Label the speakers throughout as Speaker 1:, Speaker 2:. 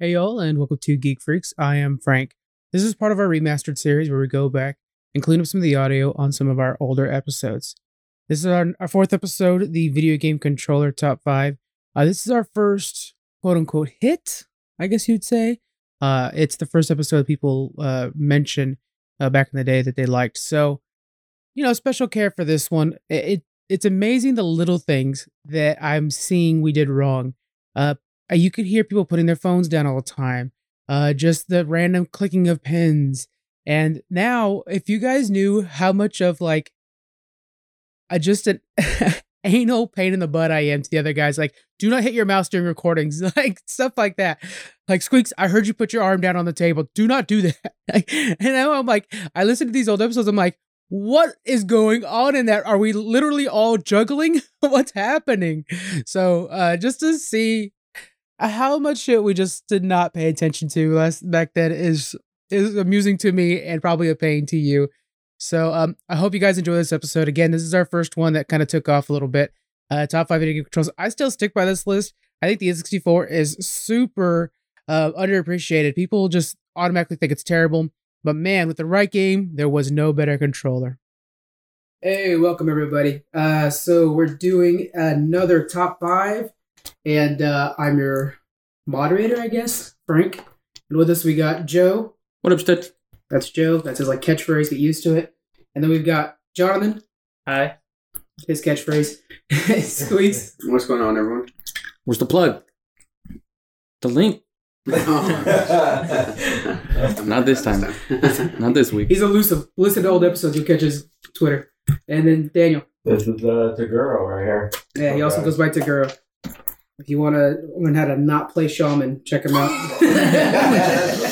Speaker 1: Hey y'all, and welcome to Geek Freaks. I am Frank. This is part of our remastered series where we go back and clean up some of the audio on some of our older episodes. This is our, our fourth episode, the video game controller top five. Uh, this is our first quote unquote hit, I guess you'd say. Uh, it's the first episode people uh, mentioned uh, back in the day that they liked. So, you know, special care for this one. It, it it's amazing the little things that I'm seeing we did wrong. Uh, uh, you could hear people putting their phones down all the time uh just the random clicking of pens and now if you guys knew how much of like uh, just an anal pain in the butt i am to the other guys like do not hit your mouse during recordings like stuff like that like squeaks i heard you put your arm down on the table do not do that like, and now i'm like i listen to these old episodes i'm like what is going on in that are we literally all juggling what's happening so uh just to see uh, how much shit we just did not pay attention to last back then is is amusing to me and probably a pain to you. So um, I hope you guys enjoy this episode. Again, this is our first one that kind of took off a little bit. Uh, top five video game controls. I still stick by this list. I think the N64 is super uh, underappreciated. People just automatically think it's terrible, but man, with the right game, there was no better controller. Hey, welcome everybody. Uh, so we're doing another top five and uh, I'm your moderator, I guess, Frank. And with us, we got Joe.
Speaker 2: What up, Stitch?
Speaker 1: That's Joe. That's his like catchphrase. Get used to it. And then we've got Jonathan.
Speaker 3: Hi.
Speaker 1: His catchphrase. Squeaks.
Speaker 4: What's going on, everyone?
Speaker 2: Where's the plug? The link.
Speaker 4: Oh,
Speaker 2: Not this time. Not this week.
Speaker 1: He's elusive. Listen to old episodes. You'll catch his Twitter. And then Daniel.
Speaker 3: This is uh, Taguro right here.
Speaker 1: Yeah, he also
Speaker 3: Okay.
Speaker 1: goes by Taguro. If you want to learn how to not play shaman, check him out.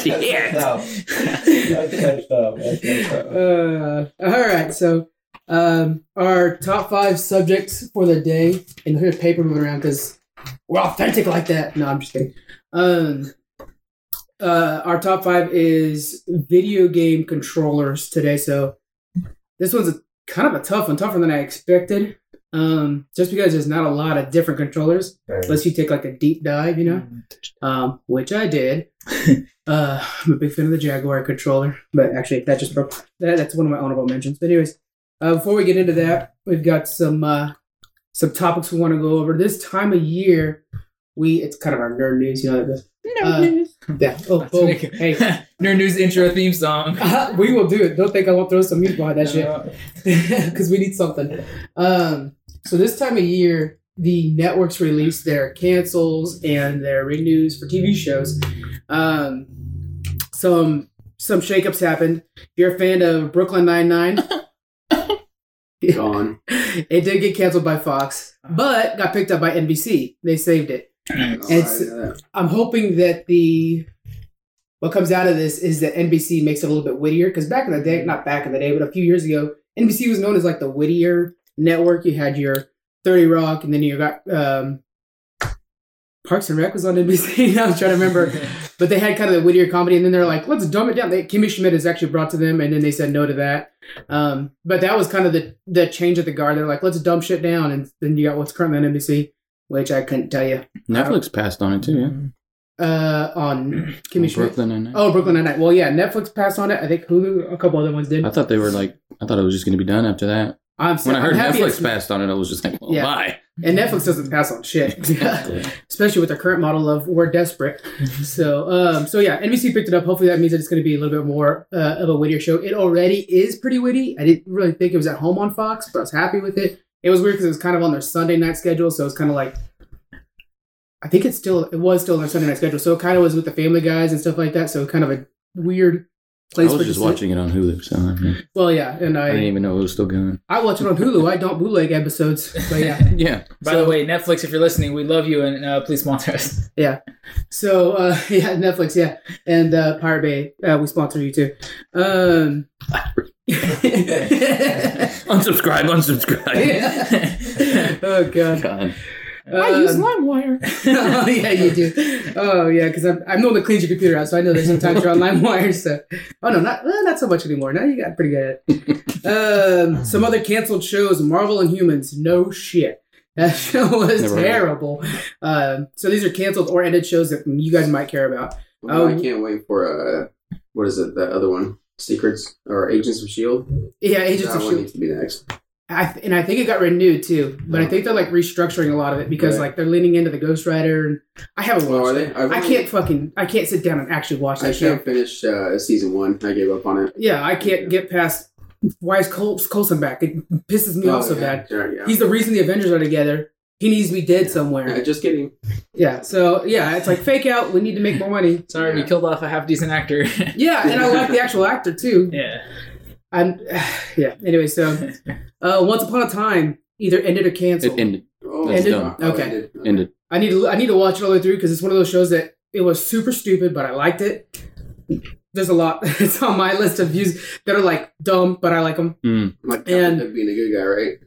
Speaker 2: Shit.
Speaker 3: No. That's messed up. That's messed up.
Speaker 1: uh, all right, so um, our top five subjects for the day, and here's paper moving around because we're authentic like that. No, I'm just kidding. Um, uh, our top five is video game controllers today. So this one's a, kind of a tough one, tougher than I expected. Um, just because there's not a lot of different controllers, unless you take like a deep dive, you know
Speaker 5: Mm.
Speaker 1: um, which I did. uh, I'm a big fan of the Jaguar controller, but actually, that just broke. That, that's one of my honorable mentions. But anyways, uh, before we get into that, we've got some uh, some topics we want to go over. This time of year, we it's kind of our nerd news, you know. The, nerd news. Yeah. Oh, boom. Hey,
Speaker 5: Nerd News intro theme song.
Speaker 1: uh, we will do it. Don't think I won't throw some meat behind that shit because we need something. Um, so this time of year, the networks release their cancels and their renews for TV shows. Um, some some shakeups happened. If you're a fan of Brooklyn Nine Nine,
Speaker 4: Gone.
Speaker 1: it did get canceled by Fox, but got picked up by NBC. They saved it. It's-
Speaker 4: Oh,
Speaker 1: I'm hoping that the what comes out of this is that NBC makes it a little bit wittier because back in the day, not back in the day, but a few years ago, NBC was known as like the wittier network. You had your Thirty Rock, and then you got um, Parks and Rec was on NBC. I was trying to remember, but they had kind of the wittier comedy, and then they're like, let's dumb it down. They, Kimmy Schmidt is actually brought to them, and then they said no to that. Um, but that was kind of the the change at the guard. They're like, let's dumb shit down, and then you got what's currently on NBC, which I couldn't tell you
Speaker 2: Netflix passed on it too, yeah.
Speaker 1: uh, on Kimmy Schmidt.
Speaker 2: Brooklyn and
Speaker 1: Oh, Brooklyn Nine Nine. Well, yeah, Netflix passed on it. I think Hulu, a couple other ones did.
Speaker 2: I thought they were like I thought it was just gonna be done after that.
Speaker 1: I'm, so,
Speaker 2: When I heard
Speaker 1: am happy
Speaker 2: Netflix
Speaker 1: it's-
Speaker 2: passed on it, I was just like, well,
Speaker 1: Yeah.
Speaker 2: bye.
Speaker 1: and Netflix doesn't pass on shit, especially with their current model of we're desperate. So, um, so yeah, NBC picked it up. Hopefully, that means that it's going to be a little bit more uh, of a wittier show. It already is pretty witty. I didn't really think it was at home on Fox, but I was happy with it. It was weird because it was kind of on their Sunday night schedule, so it's kind of like. I think it's still it was still on their Sunday night schedule, so it kind of was with the Family Guys and stuff like that. So kind of a weird
Speaker 2: I
Speaker 1: place. for
Speaker 2: was just
Speaker 1: to sit.
Speaker 2: watching it on Hulu, so I, mean,
Speaker 1: Well, yeah, and
Speaker 2: I didn't
Speaker 1: I
Speaker 2: even know it was still going.
Speaker 1: I watch it on Hulu. I don't bootleg episodes, but yeah.
Speaker 2: Yeah.
Speaker 5: By the way, Netflix, if you're listening, we love you and uh, please sponsor us.
Speaker 1: So uh, yeah, Netflix, yeah, and uh, Pirate Bay, uh, we sponsor you too. Um,
Speaker 2: Unsubscribe, unsubscribe.
Speaker 1: oh god,
Speaker 2: God.
Speaker 1: Um,
Speaker 5: LimeWire.
Speaker 1: oh yeah, you do. Oh yeah, because I'm I'm the one that cleans your computer out, so I know there's sometimes you're on LimeWire. So oh no, not well, not so much anymore. Now you got pretty good at it. Um, some other canceled shows: Marvel and Humans. No shit. That show was
Speaker 2: Never heard of it.
Speaker 1: terrible. Uh, so these are canceled or ended shows that you guys might care about.
Speaker 4: Well,
Speaker 1: Oh.
Speaker 4: I can't wait for uh, what is it? The other one, Secrets or Agents of Shield.
Speaker 1: Yeah, Agents
Speaker 4: E that
Speaker 1: of
Speaker 4: one
Speaker 1: Shield.
Speaker 4: needs to be next.
Speaker 1: I th- and I think it got renewed too, but I think they're like restructuring a lot of it because
Speaker 4: Right.
Speaker 1: like they're leaning into the Ghost Rider. And I haven't
Speaker 4: Well, are
Speaker 1: watched. it.
Speaker 4: they? I've
Speaker 1: I
Speaker 4: only-
Speaker 1: can't fucking. I can't sit down and actually watch
Speaker 4: I
Speaker 1: that show.
Speaker 4: can't finish uh, season one. I gave up on it.
Speaker 1: Yeah, I can't get past. Why is Col- Colson back? It pisses me off so bad.
Speaker 4: Sure, Oh, yeah.
Speaker 1: He's the reason the Avengers are together. He needs to be dead somewhere.
Speaker 4: Yeah, just kidding.
Speaker 1: Yeah. So yeah, it's like fake out. We need to make more money.
Speaker 5: Sorry, we
Speaker 4: Yeah.
Speaker 5: killed off a half decent actor.
Speaker 1: Yeah, and I like the actual actor too.
Speaker 5: yeah.
Speaker 1: I'm. Yeah. Anyway, so uh, once upon a time, either ended or
Speaker 2: It
Speaker 1: canceled.
Speaker 2: ended.
Speaker 4: Oh,
Speaker 2: That's
Speaker 1: Ended?
Speaker 2: done.
Speaker 1: Okay.
Speaker 4: ended.
Speaker 2: Ended.
Speaker 1: I need to I need to watch it all the way through because it's one of those shows that it was super stupid, but I liked it. There's a lot. It's on my list of views that are like dumb, but I like them.
Speaker 2: Mm.
Speaker 4: Like,
Speaker 1: And-
Speaker 4: and being a good guy, right?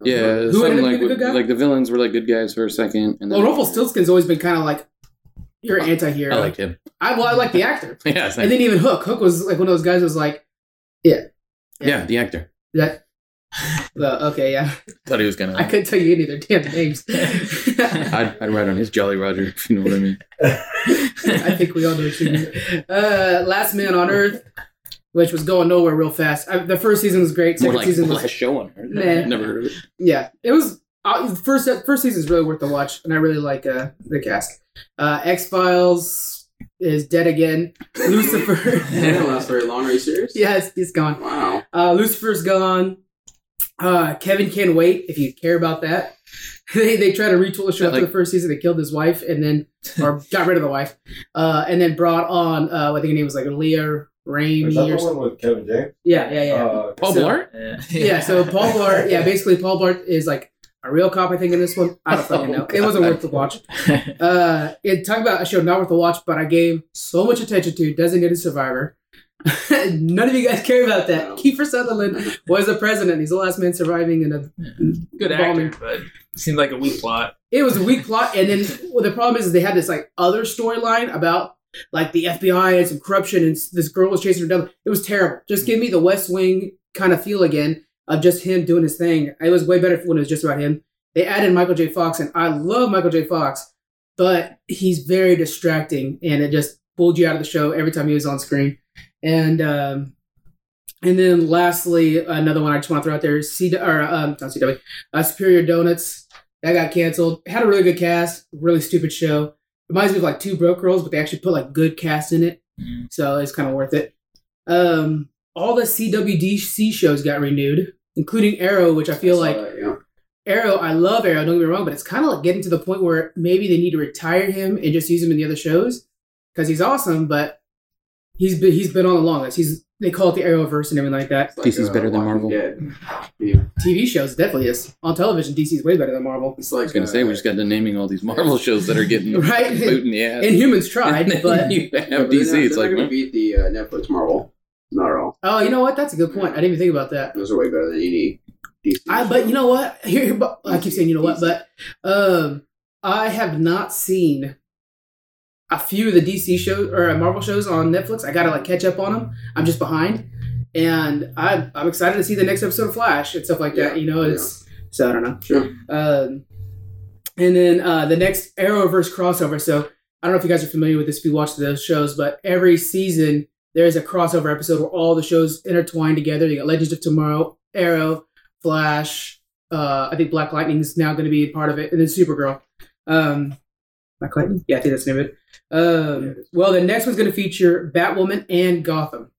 Speaker 2: Yeah,
Speaker 1: Who ended
Speaker 2: something
Speaker 1: up
Speaker 2: like
Speaker 1: being the good guy?
Speaker 2: like the villains were like good guys for a second, and
Speaker 1: Well,
Speaker 2: then
Speaker 1: Rumpelstiltskin's always been kind of like you're an anti-hero.
Speaker 2: I liked him.
Speaker 1: I well, I like the actor,
Speaker 2: Yeah, same.
Speaker 1: and then even Hook. Hook was like one of those guys who was like,
Speaker 2: yeah, the actor
Speaker 1: that. Well, okay, yeah.
Speaker 2: thought he was gonna.
Speaker 1: I couldn't tell you any of their damn names.
Speaker 2: I'd, I'd ride on his Jolly Roger, if you know what I mean.
Speaker 1: I think we all know what you mean. Uh, Last Man on Earth, which was going nowhere real fast. I, the first season was great.
Speaker 2: More
Speaker 1: Second
Speaker 2: like
Speaker 1: season was
Speaker 2: last show on Earth.
Speaker 1: Nah.
Speaker 2: Never heard of it.
Speaker 1: yeah, it was uh, first. First season is really worth the watch, and I really like uh, the cast. Uh, X Files is dead again.
Speaker 4: It didn't
Speaker 1: Lucifer,
Speaker 4: last very long. Are you serious?
Speaker 1: yes, he's gone.
Speaker 4: Wow.
Speaker 1: Uh, Lucifer's gone. Uh, Kevin can wait if you care about that. they they try to retool the show
Speaker 2: Yeah,
Speaker 1: after
Speaker 2: like-
Speaker 1: the first season. They killed his wife and then or got rid of the wife, uh, and then brought on uh, I think her name was like Leah
Speaker 3: Is that
Speaker 1: Ramey
Speaker 3: the
Speaker 1: or something.
Speaker 3: one with Kevin James?
Speaker 1: Yeah, yeah, Oh, yeah.
Speaker 3: Uh,
Speaker 2: Paul
Speaker 1: So-
Speaker 2: Blart?
Speaker 5: Yeah.
Speaker 1: yeah, so Paul Blart, yeah, basically Paul Blart is like a real cop, I think, in this one. I don't fucking know. it wasn't worth the watch. Uh, and talk about a show not worth the watch, but I gave so much attention to Designated Survivor. None of you guys care about that.
Speaker 4: No.
Speaker 1: Kiefer Sutherland was the president. He's the last man surviving in a.
Speaker 5: Good actor, but seemed like a weak plot.
Speaker 1: It was a weak plot, and then well, the problem is, is they had this like other storyline about like the FBI and some corruption, and s- this girl was chasing her down. It was terrible. Just give me the West Wing kind of feel again of just him doing his thing. It was way better when it was just about him. They added Michael J. Fox, and I love Michael J. Fox, but he's very distracting, and it just pulled you out of the show every time he was on screen. And um, and then lastly, another one I just want to throw out there: C or um, not CW, uh, Superior Donuts. That got canceled. Had a really good cast. Really stupid show. Reminds me of like Two Broke Girls, but they actually put like good cast in it,
Speaker 5: Mm.
Speaker 1: so it's kind of worth it. Um, all the CWDC shows got renewed, including Arrow, which I feel
Speaker 4: saw
Speaker 1: like
Speaker 4: that, yeah.
Speaker 1: Arrow, I love Arrow, don't get me wrong, but it's kind of like getting to the point where maybe they need to retire him and just use him in the other shows because he's awesome, but he's been he's been on the longest. He's they call it the Arrowverse and everything like that.
Speaker 4: It's like,
Speaker 2: DC's
Speaker 4: uh,
Speaker 2: better than
Speaker 4: Walking
Speaker 2: Marvel.
Speaker 4: Dead. Yeah.
Speaker 1: TV shows definitely is on television. DC's way better than Marvel,
Speaker 4: It's
Speaker 2: I
Speaker 4: like uh,
Speaker 2: was gonna say we just got to naming all these Marvel shows that are getting
Speaker 1: Right.
Speaker 2: boot in the ass.
Speaker 1: and humans
Speaker 2: And
Speaker 1: tried,
Speaker 2: then
Speaker 1: but
Speaker 2: you
Speaker 4: Yeah,
Speaker 2: have
Speaker 4: but they're
Speaker 2: DC.
Speaker 4: not-
Speaker 2: it's
Speaker 4: they're
Speaker 2: like
Speaker 4: not gonna
Speaker 2: man,
Speaker 4: beat the uh, Netflix Marvel. Not at all.
Speaker 1: oh, you know what? That's a good point. I didn't even think about that.
Speaker 4: Those are way better than any DC.
Speaker 1: I but you know what? Here, here- but- I keep saying you know what, but um, I have not seen a few of the DC shows or Marvel shows on Netflix. I gotta like catch up on them. I'm just behind, and I'm I'm excited to see the next episode of Flash and stuff like that.
Speaker 4: Yeah,
Speaker 1: you know, it's so I don't know.
Speaker 4: Sure.
Speaker 1: Um, and then uh, the next Arrowverse crossover. So I don't know if you guys are familiar with this if you watch those shows, but every season there's a crossover episode where all the shows intertwine together. You got Legends of Tomorrow, Arrow, Flash. Uh, I think Black Lightning is now going to be part of it, and then Supergirl. Um, Black Lightning, yeah, I think that's the name of it. Um, well, the next one's going to feature Batwoman and Gotham.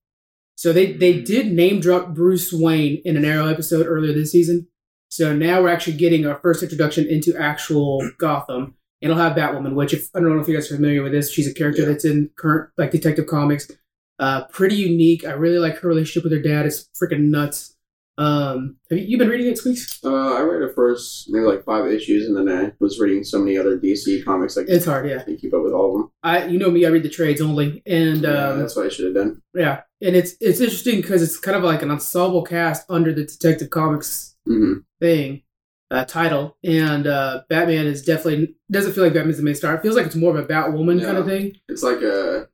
Speaker 1: So they they did name drop Bruce Wayne in an Arrow episode earlier this season. So now we're actually getting our first introduction into actual Gotham. It'll have Batwoman, which if, I don't know if you guys are familiar with this. She's a character
Speaker 4: Yeah.
Speaker 1: that's in current like Detective Comics. Uh, pretty unique. I really like her relationship with her dad. It's freaking nuts. Um, have you, you been reading it, Squeaks?
Speaker 4: Uh, I read the first maybe like five issues, and then I was reading so many other DC comics. Like
Speaker 1: It's hard, yeah.
Speaker 4: I can't keep up with all of them.
Speaker 1: I you know me, I read the trades only, and
Speaker 4: yeah,
Speaker 1: um,
Speaker 4: that's what I should have done.
Speaker 1: yeah, and it's it's interesting because it's kind of like an ensemble cast under the Detective Comics
Speaker 4: hmm
Speaker 1: thing uh, title and uh, batman is definitely doesn't feel like batman's the main star it feels like it's more of a batwoman kind of
Speaker 4: Yeah.
Speaker 1: thing
Speaker 4: It's like a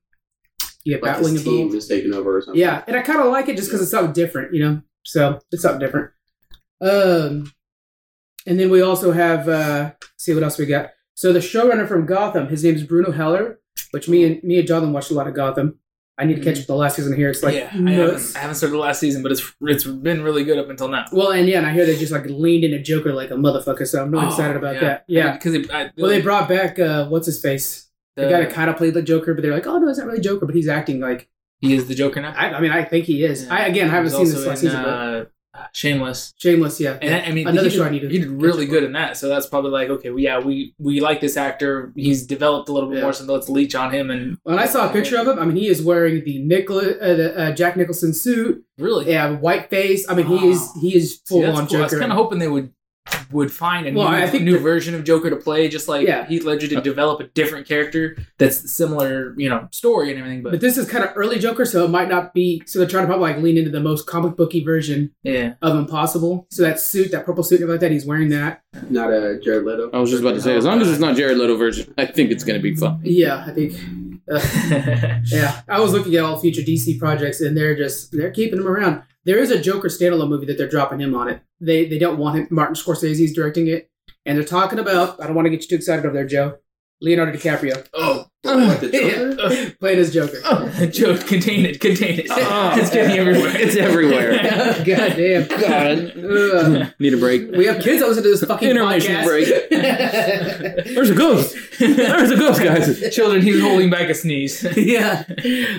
Speaker 1: yeah
Speaker 4: like
Speaker 1: batwing
Speaker 4: his team
Speaker 1: involved
Speaker 4: is taking over or something.
Speaker 1: yeah and i kind of like it just because it's something different you know so it's something different um And then we also have uh let's see what else we got. So the showrunner from Gotham, his name is Bruno Heller, which me and me and Jonathan watched a lot of Gotham. I need to catch up the last season here. It's like
Speaker 5: Mm-hmm. yeah, I haven't,
Speaker 1: nuts.
Speaker 5: I haven't started the last season, but it's it's been really good up until now.
Speaker 1: Well, and yeah, and I hear they just like leaned into Joker like a motherfucker, so I'm really
Speaker 5: Oh,
Speaker 1: excited about that. Yeah.
Speaker 5: because it- I-
Speaker 1: Well, they brought back uh what's his face. The, guy that kind of played the Joker, but they're like, oh no, it's not really Joker, but he's acting like.
Speaker 5: he is the Joker now.
Speaker 1: I, I mean, I think he is.
Speaker 5: Yeah.
Speaker 1: I again, I haven't
Speaker 5: He
Speaker 1: seen
Speaker 5: was
Speaker 1: this
Speaker 5: also
Speaker 1: last
Speaker 5: in,
Speaker 1: season, but
Speaker 5: uh, Shameless.
Speaker 1: Shameless, yeah.
Speaker 5: And I, I mean,
Speaker 1: Another
Speaker 5: he
Speaker 1: show
Speaker 5: did,
Speaker 1: I need to
Speaker 5: he did
Speaker 1: catch
Speaker 5: really
Speaker 1: up
Speaker 5: good in that. So that's probably like, okay, well, yeah, we we like this actor. He's developed a little bit
Speaker 1: Yeah.
Speaker 5: more, so let's leech on him and
Speaker 1: When I saw a picture of him, I mean, he is wearing the Nicola, uh, the uh, Jack Nicholson suit.
Speaker 5: really.
Speaker 1: Yeah, white face. I mean, he is
Speaker 5: Wow.
Speaker 1: he is
Speaker 5: See,
Speaker 1: full
Speaker 5: that's
Speaker 1: on
Speaker 5: cool. I was
Speaker 1: Joker.
Speaker 5: kind of hoping they would would find a
Speaker 1: Well,
Speaker 5: new,
Speaker 1: I think
Speaker 5: new
Speaker 1: the-
Speaker 5: version of Joker to play, just like
Speaker 1: Yeah.
Speaker 5: Heath Ledger to develop a different character that's similar, you know, story and everything. But,
Speaker 1: but this is kind of early Joker, so it might not be. So they're trying to probably like lean into the most comic booky version
Speaker 5: yeah,
Speaker 1: of Impossible. So that suit, that purple suit, and like that, he's wearing that.
Speaker 4: Not a Jared Leto.
Speaker 2: I was just about to say, as long as it's not Jared Leto version, I think it's gonna be fun.
Speaker 1: Yeah, I think. Ugh. yeah, I was looking at all future DC projects, and they're just they're keeping him around. There is a Joker standalone movie that they're dropping him on it. They they don't want him. Martin Scorsese is directing it, and they're talking about. I don't want to get you too excited over there, Joe. Leonardo DiCaprio
Speaker 5: oh,
Speaker 4: What, the Joker?
Speaker 1: playing as Joker.
Speaker 5: Joe, contain it, contain it.
Speaker 2: Oh.
Speaker 1: Uh-huh.
Speaker 5: it's getting everywhere.
Speaker 2: It's everywhere.
Speaker 1: God damn.
Speaker 2: God. Need a break.
Speaker 1: We have kids that listen to this fucking
Speaker 2: Intermission
Speaker 1: podcast. break.
Speaker 2: There's a ghost. There's a ghost, guys.
Speaker 5: Children, he's holding back a sneeze.
Speaker 1: yeah.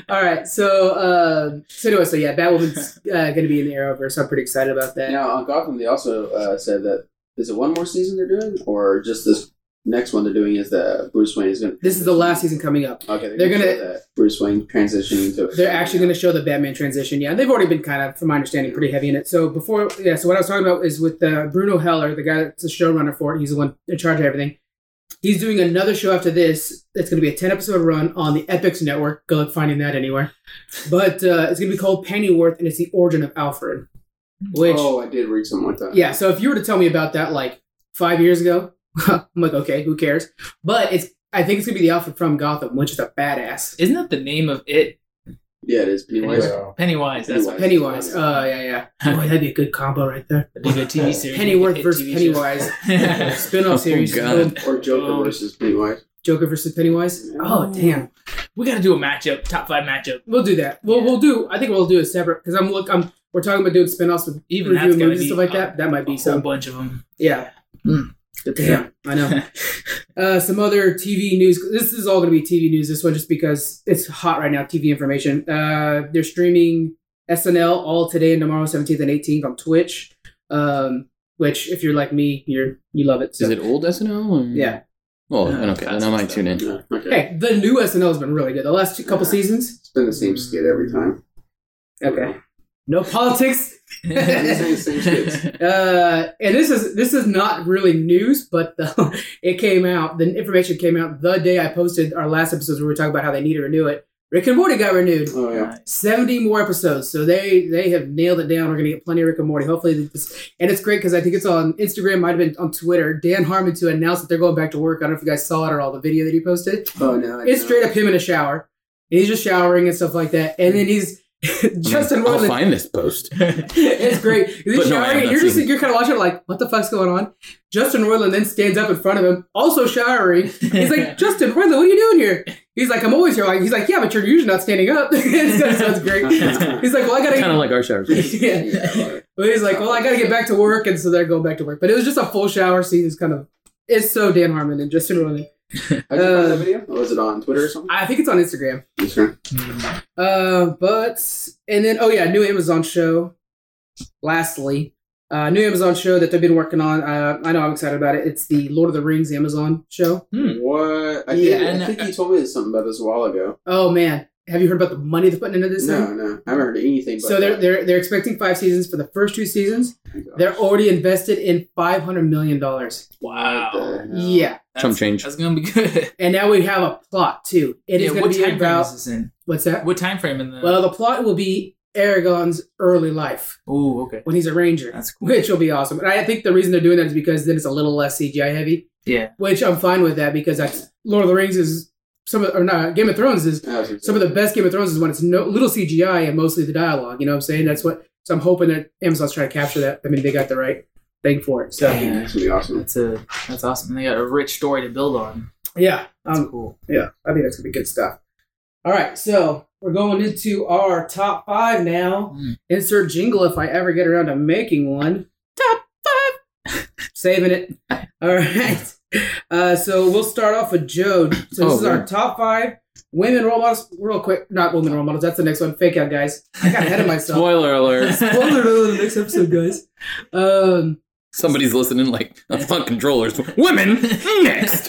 Speaker 1: All right. So, uh, so anyway, so yeah, Batwoman's uh, going to be in the Arrowverse. So I'm pretty excited about that.
Speaker 4: Now on Gotham, they also uh, said that is it one more season they're doing, or just this next one they're doing is that Bruce Wayne is going. to
Speaker 1: This is the last season coming up.
Speaker 4: Okay,
Speaker 1: They're
Speaker 4: gonna
Speaker 1: gonna-
Speaker 4: show that Bruce Wayne transitioning to.
Speaker 1: They're actually going to show the Batman transition. Yeah, they've already been kind of, from my understanding, pretty heavy in it. So before, yeah. So what I was talking about is with uh, Bruno Heller, the guy that's the showrunner for it. He's the one in charge of everything. He's doing another show after this. That's going to be a ten episode run on the Epics Network. Good luck finding that anywhere. But uh, it's going to be called Pennyworth, and it's the origin of Alfred. Which,
Speaker 4: Oh, I did read something like that.
Speaker 1: yeah. So if you were to tell me about that like five years ago, I'm like, okay, who cares? But it's. I think it's going to be the Alfred from Gotham, which is a badass.
Speaker 5: Isn't that the name of it?
Speaker 4: yeah, it is. Pennywise.
Speaker 3: Yeah.
Speaker 5: Pennywise. That's what.
Speaker 1: Pennywise. Oh, yeah, yeah. Boy, that'd be a good combo right there.
Speaker 5: That'd be a good TV series.
Speaker 1: Pennyworth
Speaker 5: Hit
Speaker 1: versus
Speaker 5: TV
Speaker 1: Pennywise.
Speaker 5: shows.
Speaker 1: Spin-off
Speaker 2: Oh,
Speaker 1: series.
Speaker 2: God.
Speaker 1: Boom.
Speaker 4: Or Joker
Speaker 5: Oh.
Speaker 4: versus Pennywise.
Speaker 1: Joker versus Pennywise. Oh, damn.
Speaker 5: we gotta do a matchup, top five matchup.
Speaker 1: We'll do that. We'll, we'll do, I think we'll do a separate, because I'm, look, I'm, we're talking about doing spin-offs with
Speaker 5: Even
Speaker 1: review
Speaker 5: that's gonna
Speaker 1: movies and
Speaker 5: be
Speaker 1: stuff like
Speaker 5: a-
Speaker 1: that. That might
Speaker 5: A
Speaker 1: be
Speaker 5: whole
Speaker 1: some.
Speaker 5: bunch of them.
Speaker 1: Yeah. Damn. I know. Uh, some other TV news. This is all going to be TV news. This one just because it's hot right now. TV information. Uh, they're streaming SNL all today and tomorrow, seventeenth and eighteenth on Twitch. Um, which, if you're like me, you're you love it. So.
Speaker 2: Is it old SNL? Or?
Speaker 1: Yeah. Uh,
Speaker 2: Oh,
Speaker 5: Yeah,
Speaker 2: okay. Then I might tune in.
Speaker 4: Yeah, okay.
Speaker 1: Hey, the new SNL has been really good. The last two, couple
Speaker 4: Yeah.
Speaker 1: seasons.
Speaker 4: It's been the same skit every time.
Speaker 1: Okay. No politics.
Speaker 4: same shit.
Speaker 1: Uh, and this is this is not really news, but the, it came out. The information came out the day I posted our last episodes where we were talking about how they need to renew it. Rick and Morty got renewed.
Speaker 4: Oh yeah.
Speaker 1: Seventy more episodes, so they they have nailed it down. We're gonna get plenty of Rick and Morty. Hopefully, this, and it's great because I think it's on Instagram, might have been on Twitter. Dan Harmon to announce that they're going back to work. I don't know if you guys saw it or all the video that he posted
Speaker 4: Oh no. I
Speaker 1: it's
Speaker 4: know.
Speaker 1: straight up him in a shower. And he's just showering and stuff like that. And then he's Justin
Speaker 2: I'll
Speaker 1: Roiland.
Speaker 2: find this post.
Speaker 1: It's great. He's
Speaker 2: But no, I have
Speaker 1: showering.
Speaker 2: not
Speaker 1: you're just
Speaker 2: seen it.
Speaker 1: you're kind of watching it like, what the fuck's going on? Justin Roiland then stands up in front of him, also showering. He's like, Justin Roiland, what are you doing here? He's like, I'm always here. Like, he's like, yeah, but you're usually not standing up. That sounds great. He's like, well, I gotta.
Speaker 2: kind of like our showers.
Speaker 1: yeah.
Speaker 4: Yeah,
Speaker 1: But he's like, well, I got to get back to work, and so they're going back to work. But it was just a full shower scene. It's kind of, it's so Dan Harmon and Justin Roiland.
Speaker 4: I did find
Speaker 1: Uh,
Speaker 4: that video. Or was it on Twitter or something?
Speaker 1: I think it's on Instagram.
Speaker 4: Sure.
Speaker 1: Uh, but and then oh yeah, new Amazon show. Lastly, uh, new Amazon show that they've been working on. Uh, I know I'm excited about it. It's the Lord of the Rings Amazon show.
Speaker 5: Hmm.
Speaker 4: What? I,
Speaker 1: Yeah, uh,
Speaker 4: think,
Speaker 5: and-
Speaker 4: I think you told me something about this a while ago.
Speaker 1: Oh man, have you heard about the money they're putting into this?
Speaker 4: No,
Speaker 1: thing?
Speaker 4: no, I haven't heard anything. But
Speaker 1: So they're they're they're expecting five seasons for the first two seasons.
Speaker 4: they're
Speaker 1: They're already invested in five hundred million dollars.
Speaker 2: uh,
Speaker 5: Wow.
Speaker 1: Yeah,
Speaker 5: That's-
Speaker 2: Some change.
Speaker 5: That's gonna be good.
Speaker 1: and now we have a plot too. It is
Speaker 5: Yeah,
Speaker 1: going
Speaker 5: what
Speaker 1: to be
Speaker 5: time frame
Speaker 1: about
Speaker 5: is this in?
Speaker 1: what's that?
Speaker 5: What time frame in the?
Speaker 1: Well, the plot will be Aragon's early life
Speaker 5: Ooh, okay.
Speaker 1: when he's a ranger.
Speaker 5: That's cool.
Speaker 1: which will be awesome. And I think the reason they're doing that is because then it's a little less CGI heavy,
Speaker 5: Yeah.
Speaker 1: which I'm fine with that because I, Lord of the Rings is some of, or not Game of Thrones is some of the best Game of Thrones is when it's no little CGI and mostly the dialogue. You know what I'm saying? That's what. So I'm hoping that Amazon's trying to capture that. I mean, they got the right thing for it. So
Speaker 5: Yeah.
Speaker 4: That's gonna be awesome.
Speaker 5: That's a that's awesome. They got a rich story to build on.
Speaker 1: yeah,
Speaker 5: That's
Speaker 1: um,
Speaker 5: cool.
Speaker 1: yeah, I think that's gonna be good stuff. All right, so we're going into our top five now.
Speaker 5: Mm.
Speaker 1: Insert jingle if I ever get around to making one. Top five. Saving it. All right. Uh, so we'll start off with Joe. So this
Speaker 2: Oh,
Speaker 1: is our
Speaker 2: man.
Speaker 1: top five women role models. Real quick, not women role models. That's the next one. Fake out, guys. I got ahead of myself.
Speaker 2: Spoiler alert.
Speaker 1: Spoiler alert in the next episode, guys. Um,
Speaker 2: Somebody's listening like, that's not controllers. Women! Next!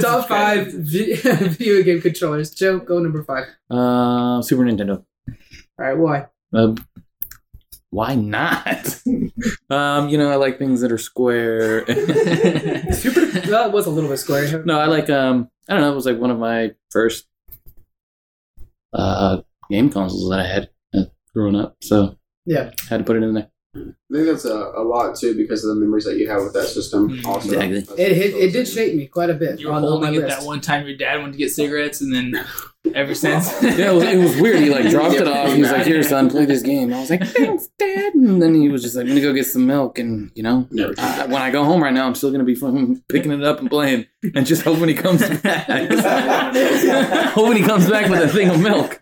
Speaker 1: top five vi- video game controllers. Joe, go number five.
Speaker 2: Uh, Super Nintendo.
Speaker 1: All right, why?
Speaker 2: Uh, why not? um, you know, I like things that are square.
Speaker 1: Super. Well, it was a little bit square.
Speaker 2: no, I like, um, I don't know, it was like one of my first uh, game consoles that I had uh, growing up. So,
Speaker 1: Yeah.
Speaker 2: had to put it in there.
Speaker 4: I think that's a, a lot too because of the memories that you have with that system.
Speaker 5: Mm,
Speaker 4: Also,
Speaker 2: Hmm. exactly.
Speaker 4: That's-
Speaker 1: It hit, it did
Speaker 4: that's-
Speaker 1: shape me quite a bit.
Speaker 5: You were
Speaker 1: on- on my
Speaker 5: holding it
Speaker 1: list.
Speaker 5: that one time your dad went to get cigarettes, and then ever since.
Speaker 2: Yeah, it was, it was weird. He like dropped it off. He was like, "Here, son, play this game." I was like, "Thanks, Dad." And then he was just like, "I'm gonna go get some milk." And you know,
Speaker 4: Never.
Speaker 2: I, Uh, when I go home right now, I'm still gonna be fucking picking it up and playing, and just hoping he comes back. hoping he comes back with a thing of milk.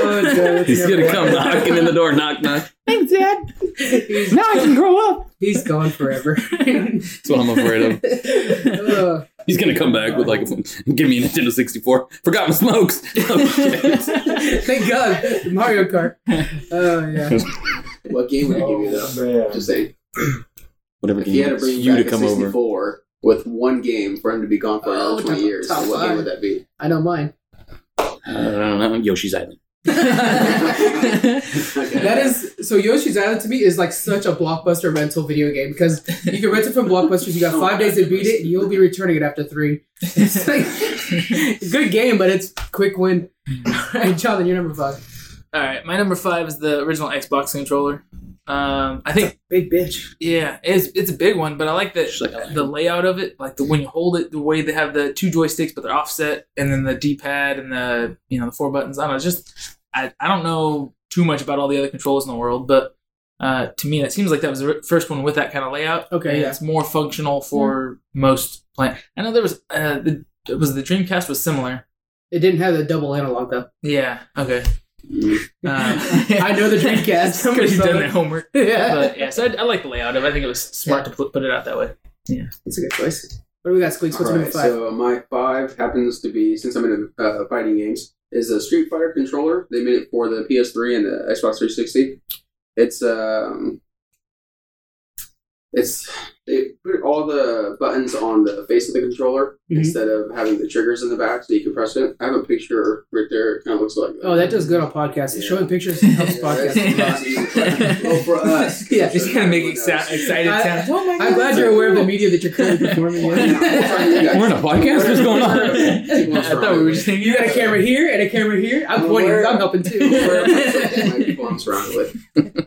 Speaker 1: Oh, Joe, that's
Speaker 2: He's
Speaker 1: number
Speaker 2: gonna come
Speaker 1: one.
Speaker 2: knocking in the door, knock knock. Thanks, Dad.
Speaker 1: He's,
Speaker 2: Now I can grow up.
Speaker 1: he's gone forever.
Speaker 2: That's what I'm afraid of.
Speaker 1: Uh,
Speaker 2: He's gonna come back with like, "Give me a Nintendo 64. Forgot my smokes." Oh, shit.
Speaker 1: thank God, Mario Kart. Oh yeah.
Speaker 4: What game would he give you though?
Speaker 3: Oh, man.
Speaker 4: Just saying,
Speaker 2: Whatever
Speaker 4: if he had
Speaker 2: oh. game
Speaker 4: to
Speaker 2: it's you
Speaker 4: bring you
Speaker 2: to
Speaker 4: back a
Speaker 2: come over.
Speaker 4: 64 with one game for him to be gone for
Speaker 1: Oh,
Speaker 4: another
Speaker 1: top-
Speaker 4: 20 years,
Speaker 1: top
Speaker 4: what game
Speaker 1: five.
Speaker 4: would that be?
Speaker 1: I know mine.
Speaker 2: I don't know. Yoshi's Island.
Speaker 4: Okay.
Speaker 1: That is so Yoshi's Island to me is like such a blockbuster rental video game because you can rent it from blockbusters. You got five days to beat it, and you'll be returning it after three. It's like good game, but it's quick win. All right, Jonathan, you're number five.
Speaker 5: All right, my number five is the original Xbox controller. Um, I think
Speaker 1: Big bitch.
Speaker 5: yeah, it's it's a big one, but I like the
Speaker 2: She's like, oh, "I like
Speaker 5: the layout of it, like the when you hold it, the way they have the two joysticks, but they're offset, and then the D pad and the you know the four buttons. I don't know, it's just I I don't know too much about all the other controllers in the world, but uh, to me, it seems like that was the first one with that kind of layout.
Speaker 1: Okay,
Speaker 5: And
Speaker 1: yeah. Hmm.
Speaker 5: it's more functional for most plant. I know there was uh, the it was the Dreamcast was similar.
Speaker 1: It didn't have the double analog though.
Speaker 5: Yeah. Okay.
Speaker 4: Mm.
Speaker 5: Uh,
Speaker 1: I know the Dreamcast.
Speaker 5: Somebody's done their homework.
Speaker 1: yeah,
Speaker 5: but yeah, so I, I like the layout of. it. I think it was smart to put, put it out that way.
Speaker 1: that's a good choice. What do we got, Squeaks? What's
Speaker 4: All
Speaker 1: number
Speaker 4: right,
Speaker 1: five?
Speaker 4: So my five happens to be since I'm into uh, fighting games is a Street Fighter controller. They made it for the PS3 and the Xbox 360. It's um, it's they put all the buttons on the face of the controller
Speaker 1: Mhm.
Speaker 4: instead of having the triggers in the back, so you can press it. I have a picture right there. It kind of looks like
Speaker 1: oh, that does good on podcasts.
Speaker 4: Yeah.
Speaker 1: Showing pictures helps
Speaker 4: Yeah,
Speaker 1: podcasts.
Speaker 4: that's- that's easy for- well, for us.
Speaker 1: Yeah,
Speaker 5: Just kind of make
Speaker 4: Who
Speaker 5: it
Speaker 4: knows?
Speaker 5: sound excited.
Speaker 1: I-
Speaker 5: sound.
Speaker 1: Oh I'm glad you're aware of the media that you're currently performing in.
Speaker 2: We're in a podcast? What's going on?
Speaker 5: I thought we were just thinking.
Speaker 1: You got a camera here and a camera here. I'm pointing. I'm helping
Speaker 4: Where
Speaker 1: too.
Speaker 4: my people I'm surrounded with.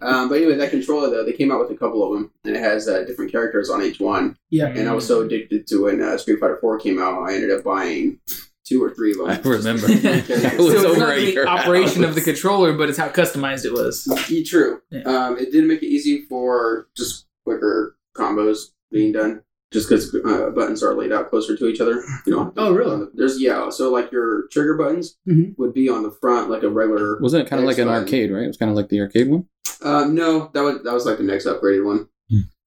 Speaker 4: Um, but anyway, that controller though, they came out with a couple of them, and it has uh, different characters on each one.
Speaker 1: Yeah.
Speaker 4: And I was so addicted to when uh, Street Fighter Four came out, I ended up buying two or three of them.
Speaker 2: I remember.
Speaker 4: It
Speaker 5: So
Speaker 4: was
Speaker 5: it's
Speaker 4: over
Speaker 5: not
Speaker 2: at
Speaker 5: the
Speaker 2: your
Speaker 5: operation
Speaker 2: house.
Speaker 5: of the controller, but it's how customized it was.
Speaker 4: E- True.
Speaker 5: Yeah.
Speaker 4: Um, it did make it easy for just quicker combos being done, just because uh, buttons are laid out closer to each other. You know.
Speaker 1: Oh, really?
Speaker 4: There's yeah. So like your trigger buttons
Speaker 1: Mhm.
Speaker 4: would be on the front like a regular.
Speaker 2: Wasn't it kind of like an
Speaker 4: Xbox.
Speaker 2: arcade, right? It was kind of like the arcade one.
Speaker 4: Um, no, that was that was like the next upgraded one.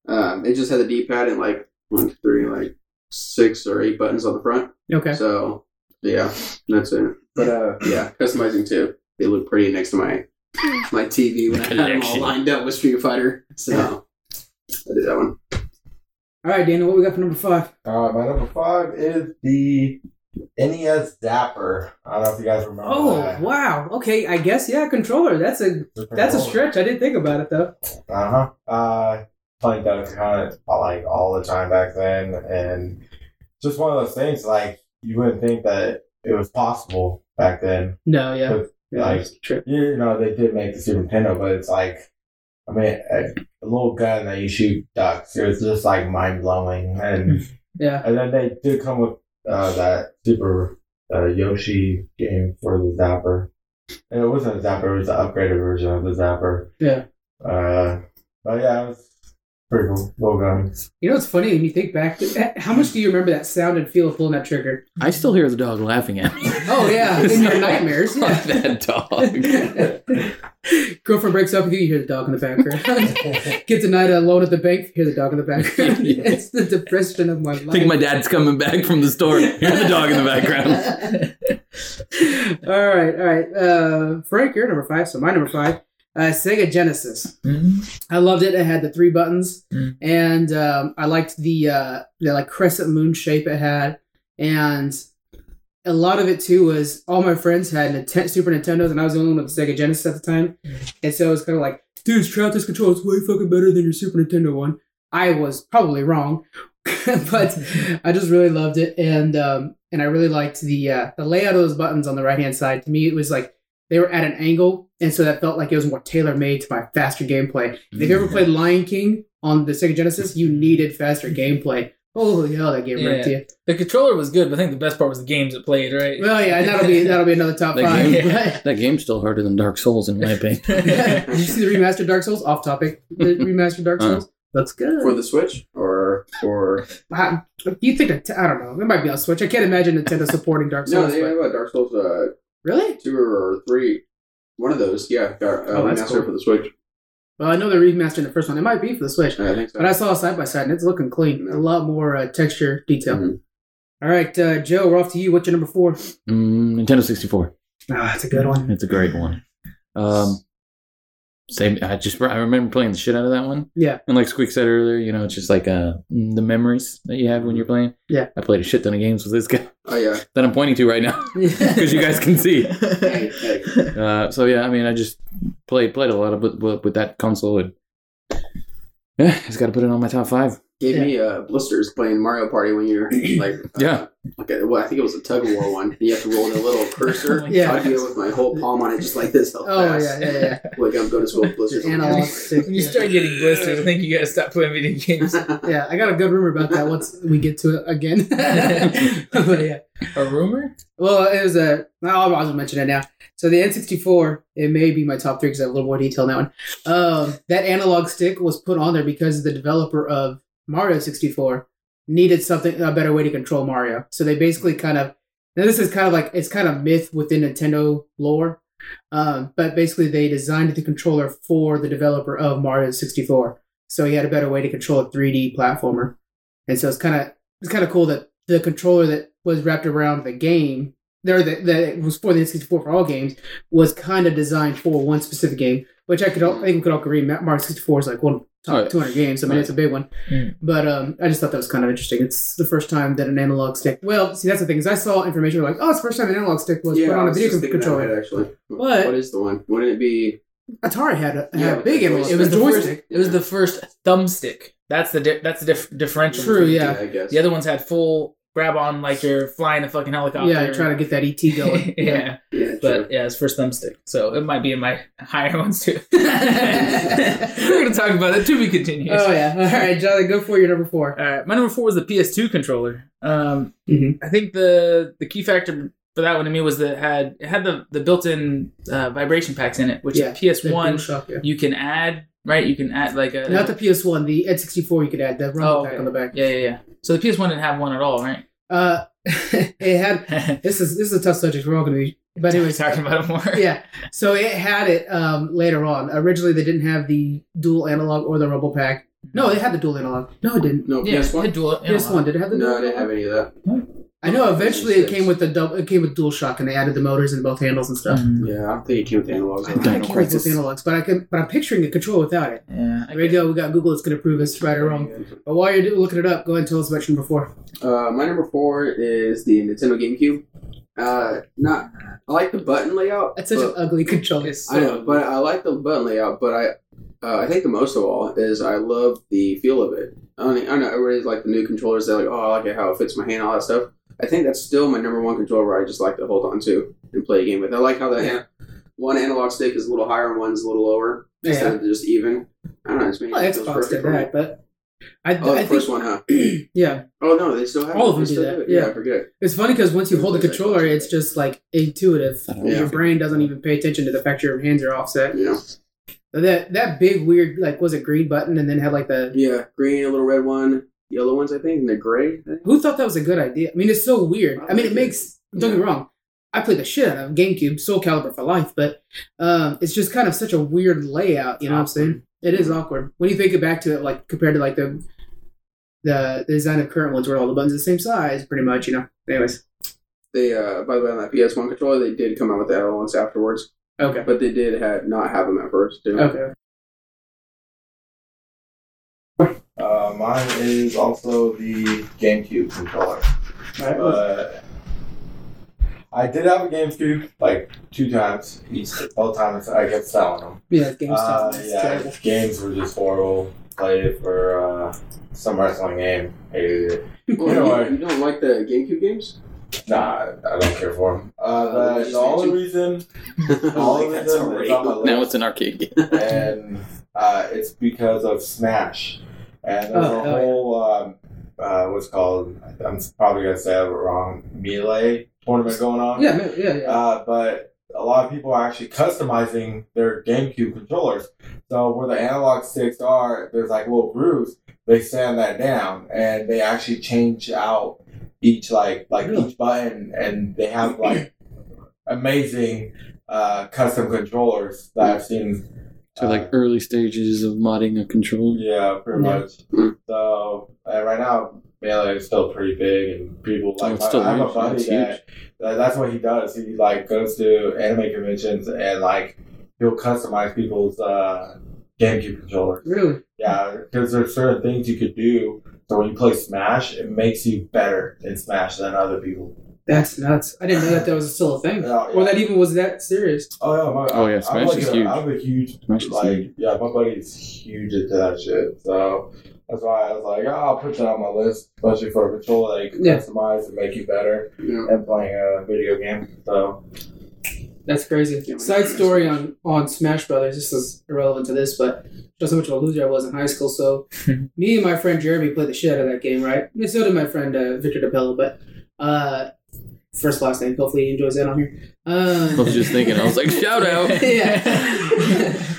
Speaker 4: Um, it just had the D pad and like one, two, three, like six or eight buttons on the front.
Speaker 1: Okay.
Speaker 4: So yeah, that's it. But uh, yeah, customizing too. They look pretty next to my
Speaker 1: Hmm.
Speaker 4: my TV when I had them all
Speaker 2: Collection.
Speaker 4: lined up with Street Fighter. So I did that one.
Speaker 1: All right, Daniel. What we got for number five?
Speaker 3: Uh, my number five is the NES Zapper. I don't know if you guys remember.
Speaker 1: Oh
Speaker 3: that.
Speaker 1: wow. Okay. I guess yeah. Controller. That's a that's a stretch. I didn't think about it though.
Speaker 3: Uh-huh. Uh Playing Donkey Kong like all the time back then, and just one of those things like you wouldn't think that it was possible back then.
Speaker 1: No. Yeah.
Speaker 3: Like you know, they did make the Super Nintendo, but it's like, I mean, a, a little gun that you shoot ducks. It was just like mind blowing, and
Speaker 1: Yeah.
Speaker 3: and then they did come with uh, that Super uh, Yoshi game for the Zapper. And it wasn't a Zapper; it was the upgraded version of the Zapper.
Speaker 1: Yeah.
Speaker 3: Uh, But yeah, it was pretty cool. Well done.
Speaker 1: You know, it's funny when you think back. To, how much do you remember that sound and feel of pulling that trigger?
Speaker 2: I still hear the dog laughing at me.
Speaker 1: Oh yeah, in your nightmares.
Speaker 2: Fuck
Speaker 1: Yeah.
Speaker 2: that dog.
Speaker 1: Girlfriend breaks up with you. You hear the dog in the background. Get denied a loan at the bank. Hear the dog in the background. It's the depression of my life.
Speaker 2: I think my dad's coming back from the store. Hear the dog in the background.
Speaker 1: all right, all right. Uh, Frank, you're number five, so my number five. Uh, Sega Genesis.
Speaker 5: Mm-hmm.
Speaker 1: I loved it. It had the three buttons,
Speaker 2: Hmm.
Speaker 5: Mm.
Speaker 1: and um, I liked the uh, the like crescent moon shape it had, and a lot of it too was all my friends had Nite- Super Nintendos, and I was the only one with Sega Genesis at the time, and so it was kind of like, dude, try out this control. It's way fucking better than your Super Nintendo one. I was probably wrong, but I just really loved it, and um, and I really liked the uh, the layout of those buttons on the right hand side. To me, it was like they were at an angle, and so that felt like it was more tailor made to my faster gameplay. If you ever played Lion King on the Sega Genesis, you needed faster gameplay. Holy hell, that game wrecked you.
Speaker 5: The controller was good, but I think the best part was the games it played, right?
Speaker 1: Well, yeah, and that'll be that'll be another top
Speaker 2: That
Speaker 1: five.
Speaker 5: game-
Speaker 1: but-
Speaker 2: That game's still harder than Dark Souls, in my opinion.
Speaker 1: Did you see the remastered Dark Souls? Off topic. The remastered Dark
Speaker 2: Uh.
Speaker 1: Souls. That's good.
Speaker 4: Uh-huh. for the Switch or or
Speaker 1: How- you think that, I don't know. It might be on Switch. I can't imagine Nintendo supporting Dark
Speaker 4: no,
Speaker 1: Souls.
Speaker 4: they
Speaker 1: but-
Speaker 4: have a Dark Souls uh,
Speaker 1: really?
Speaker 4: two or three, one of those. Yeah, Dark, uh,
Speaker 1: Oh, that's
Speaker 4: remastered
Speaker 1: cool.
Speaker 4: for the Switch.
Speaker 1: Well, I know they're remastering the first one. It might be for the Switch.
Speaker 4: I think so.
Speaker 1: But I saw a side by side and it's looking clean. A lot more uh, texture detail.
Speaker 4: Mhm.
Speaker 1: All right, uh, Joe, we're off to you. What's your number four?
Speaker 2: Mm, Nintendo 64.
Speaker 1: Ah, it's a good one.
Speaker 2: It's a great one. Um, same. I just I remember playing the shit out of that one.
Speaker 1: Yeah.
Speaker 2: And like Squeak said earlier, you know, it's just like uh the memories that you have when you're playing.
Speaker 1: Yeah.
Speaker 2: I played a shit ton of games with this guy
Speaker 4: oh yeah,
Speaker 2: that I'm pointing to right now because you guys can see.
Speaker 4: hey, hey.
Speaker 2: Uh, so yeah, I mean, I just played played a lot of with, with, with that console and yeah, just got to put it on my top five.
Speaker 4: gave me uh, blisters playing Mario Party when you're like uh,
Speaker 2: Yeah.
Speaker 4: Okay, well, I think it was a tug of war one. and You have to roll the little cursor.
Speaker 1: Oh, Yeah.
Speaker 4: I'd be with my whole palm on it just like this. How
Speaker 1: Oh, yeah,
Speaker 4: fast.
Speaker 1: yeah, yeah.
Speaker 4: Like I'm going to school with blisters. on my
Speaker 1: Analog
Speaker 4: hands.
Speaker 1: stick.
Speaker 5: When you start getting blisters, I think you gotta stop playing video games.
Speaker 1: Yeah, I got a good rumor about that once we get to it again. but yeah.
Speaker 5: A rumor?
Speaker 1: Well, it was a. I'll, I'll just mention it now. So the N64, it may be my top three because I have a little more detail on that one. Um, that analog stick was put on there because the developer of Mario 64 needed something a better way to control Mario. So they basically kind of. Now this is kind of like it's kind of myth within Nintendo lore, um, but basically they designed the controller for the developer of Mario 64. So he had a better way to control a 3D platformer, and so it's kind of it's kind of cool that the controller that was wrapped around the game there that, that it was for the N64 for all games was kind of designed for one specific game, which I could all, I think we could all agree Ma- Mario 64 is like one of the
Speaker 2: Oh,
Speaker 1: top
Speaker 2: yeah.
Speaker 1: 200 games. I mean,
Speaker 2: Right.
Speaker 1: it's a big one.
Speaker 5: Mm.
Speaker 1: But um, I just thought that was kind of interesting. It's the first time that an analog stick. Well, see, that's the thing is I saw information like, oh, it's the first time an analog stick was
Speaker 4: yeah,
Speaker 1: put
Speaker 4: I
Speaker 1: on a
Speaker 4: was
Speaker 1: video
Speaker 4: just thinking that
Speaker 1: controller.
Speaker 4: right, actually.
Speaker 1: But-
Speaker 4: what is the one? Wouldn't it be?
Speaker 1: Atari had a, had
Speaker 4: Yeah,
Speaker 1: a big
Speaker 4: it
Speaker 1: analog.
Speaker 4: was-
Speaker 1: It was
Speaker 4: the first-
Speaker 1: joystick.
Speaker 5: It was the first thumbstick. That's the di- that's the dif- differential.
Speaker 1: True, yeah.
Speaker 4: I guess.
Speaker 5: The other ones had full grab on like you're flying a fucking helicopter.
Speaker 1: Yeah, trying to get that ET going.
Speaker 5: yeah.
Speaker 4: Yeah, true.
Speaker 5: But yeah, it's first thumbstick. So it might be in my higher ones too. We're gonna talk about it to be continued.
Speaker 1: Oh yeah. All right, Jolly, go for your number four.
Speaker 5: All right, my number four was the PS2 controller. Um,
Speaker 1: Mhm.
Speaker 5: I think the the key factor for that one to me was that it had it had the the built-in uh, vibration packs in it, which
Speaker 1: Yeah,
Speaker 5: is PS1
Speaker 1: DualShock, yeah.
Speaker 5: you can add right. You can add like a
Speaker 1: Not the PS1, the N64 you could add the rumble
Speaker 5: Oh,
Speaker 1: pack
Speaker 5: okay.
Speaker 1: on the back.
Speaker 5: yeah yeah yeah. So the PS1 didn't have one at all, right?
Speaker 1: Uh, it had this is this is a tough subject. We're all gonna be, but
Speaker 5: we were
Speaker 1: anyways,
Speaker 5: talking about it more.
Speaker 1: yeah. So it had it um later on. Originally, they didn't have the dual analog or the rumble pack. No, it had the dual analog. No, it didn't.
Speaker 4: no,
Speaker 5: yeah.
Speaker 4: PS1.
Speaker 5: it had dual
Speaker 1: This one
Speaker 5: analog.
Speaker 1: did it have the dual?
Speaker 4: No, I didn't
Speaker 1: analog?
Speaker 4: have any of that.
Speaker 1: I know. Eventually, it came with the double. It came with dual shock, and they added the motors and both handles and stuff.
Speaker 5: Mm,
Speaker 4: Yeah, I don't think it came with analogs.
Speaker 2: I
Speaker 1: I can't
Speaker 2: Dino
Speaker 1: remember
Speaker 2: Crisis.
Speaker 1: the analogs, but I can. But I'm picturing a control without it.
Speaker 5: yeah. I-
Speaker 1: There you go. We got Google. It's gonna prove us right or wrong. But while you're do- looking it up, go ahead and tell us about your number four.
Speaker 4: Uh, my number four is the Nintendo GameCube. Uh, not I like the button layout.
Speaker 1: That's such an
Speaker 4: but-
Speaker 1: ugly controller.
Speaker 5: It's
Speaker 4: I know, but I like the button layout. But I, uh, I think the most of all is I love the feel of it. I don't, think- I don't know everybody's like the new controllers. They're like, oh, I like it how it fits my hand, all that stuff. I think that's still my number one controller. I just like to hold on to and play a game with. I like how the an- one analog stick is a little higher and one's a little lower instead
Speaker 1: yeah. Oh,
Speaker 4: of just even. I don't know. It's made
Speaker 1: Well,
Speaker 4: it feels
Speaker 1: Xbox
Speaker 4: perfect
Speaker 1: did
Speaker 4: for me.
Speaker 1: that, but I,
Speaker 4: Oh, the
Speaker 1: I
Speaker 4: first
Speaker 1: think
Speaker 4: one, huh?
Speaker 1: yeah.
Speaker 4: Oh no, they still have.
Speaker 1: All
Speaker 4: it.
Speaker 1: of them
Speaker 4: They
Speaker 1: do
Speaker 4: still
Speaker 1: that,
Speaker 4: it.
Speaker 1: yeah.
Speaker 4: I forget.
Speaker 1: It's funny because once you hold the
Speaker 4: Who's that?
Speaker 1: controller, it's just like intuitive.
Speaker 2: I don't
Speaker 4: know.
Speaker 1: Your brain doesn't even pay attention to the fact your hands are offset.
Speaker 4: You know,
Speaker 1: That that big weird like was a green button and then had like the
Speaker 4: Yeah, green, a little red one, yellow ones, I think, and the gray. I think.
Speaker 1: who thought that was a good idea? I mean, it's so weird. I mean, it makes don't get me wrong. I played the shit out of GameCube, Soul Calibur for life, but um, it's just kind of such a weird layout. You know what I'm saying? It is awkward when you think it back to it, like compared to like the the the design of current ones, where all the buttons are the same size, pretty much. You know. Anyways,
Speaker 4: They, uh, by the way, on that PS1 controller, they did come out with that once afterwards,
Speaker 1: okay,
Speaker 4: but they did had not have them at first. Too.
Speaker 1: okay.
Speaker 3: Uh, mine is also the GameCube controller. But I did have a GameCube like two times. Each all the time I kept selling them.
Speaker 1: Yeah, GameStop.
Speaker 3: Uh,
Speaker 1: is
Speaker 3: yeah,
Speaker 1: terrible.
Speaker 3: games were just horrible. Played it for uh, some wrestling game. Hated it.
Speaker 4: Well,
Speaker 3: You know what?
Speaker 4: you, you don't like the GameCube games?
Speaker 3: Nah, I don't care for them. Uh, the, the only reason, the
Speaker 4: Like,
Speaker 3: only reason
Speaker 4: that's
Speaker 3: it's
Speaker 4: already-
Speaker 3: on my list
Speaker 2: Now it's an arcade game.
Speaker 3: and uh, it's because of Smash. And there's
Speaker 1: Oh,
Speaker 3: a
Speaker 1: hell yeah.
Speaker 3: whole um, uh, what's called I'm probably gonna say it wrong melee tournament going on.
Speaker 1: yeah, no, yeah, yeah.
Speaker 3: Uh, but a lot of people are actually customizing their GameCube controllers. So where the analog sticks are, there's like little grooves. They sand that down, and they actually change out each like like
Speaker 1: Really?
Speaker 3: each button, and they have like amazing uh, custom controllers that I've seen.
Speaker 2: So like early stages of modding a controller.
Speaker 3: Yeah, pretty
Speaker 1: Yeah.
Speaker 3: much.
Speaker 4: Mm.
Speaker 3: So uh, right now, melee is still pretty big, and people
Speaker 2: Oh,
Speaker 3: like.
Speaker 2: it's still
Speaker 3: I, I have a
Speaker 2: huge.
Speaker 3: buddy
Speaker 2: It's
Speaker 3: that, that that's what he does. He like goes to anime conventions and like he'll customize people's uh, GameCube controllers.
Speaker 1: really?
Speaker 3: Yeah, because there's certain things you could do. So when you play Smash, it makes you better in Smash than other people.
Speaker 1: That's nuts. I didn't know that that was still a thing,
Speaker 3: Yeah,
Speaker 1: or
Speaker 3: yeah.
Speaker 1: that even was that serious.
Speaker 3: Oh yeah, my,
Speaker 2: Oh, yeah,
Speaker 3: I'm
Speaker 2: Smash
Speaker 3: like
Speaker 2: is
Speaker 3: a-
Speaker 2: huge.
Speaker 3: I'm a huge
Speaker 2: Smash is
Speaker 3: like
Speaker 2: huge.
Speaker 3: yeah, my buddy's huge into that shit. So that's why I was like, oh, I'll put that on my list, especially for a controller that you can
Speaker 1: Yeah.
Speaker 3: customize and make you better
Speaker 4: Yeah.
Speaker 3: at playing a video game. So
Speaker 1: That's crazy.
Speaker 4: Yeah,
Speaker 1: Side
Speaker 4: man.
Speaker 1: story on on Smash Brothers. This is irrelevant to this, but shows how much of a loser I was in high school. So, me and my friend Jeremy played the shit out of that game, right? And so did my friend uh, Victor DePello, but uh, first last name. Hopefully, he enjoys that on here.
Speaker 2: I
Speaker 1: Um,
Speaker 2: was just thinking. I was like, shout out.
Speaker 1: yeah.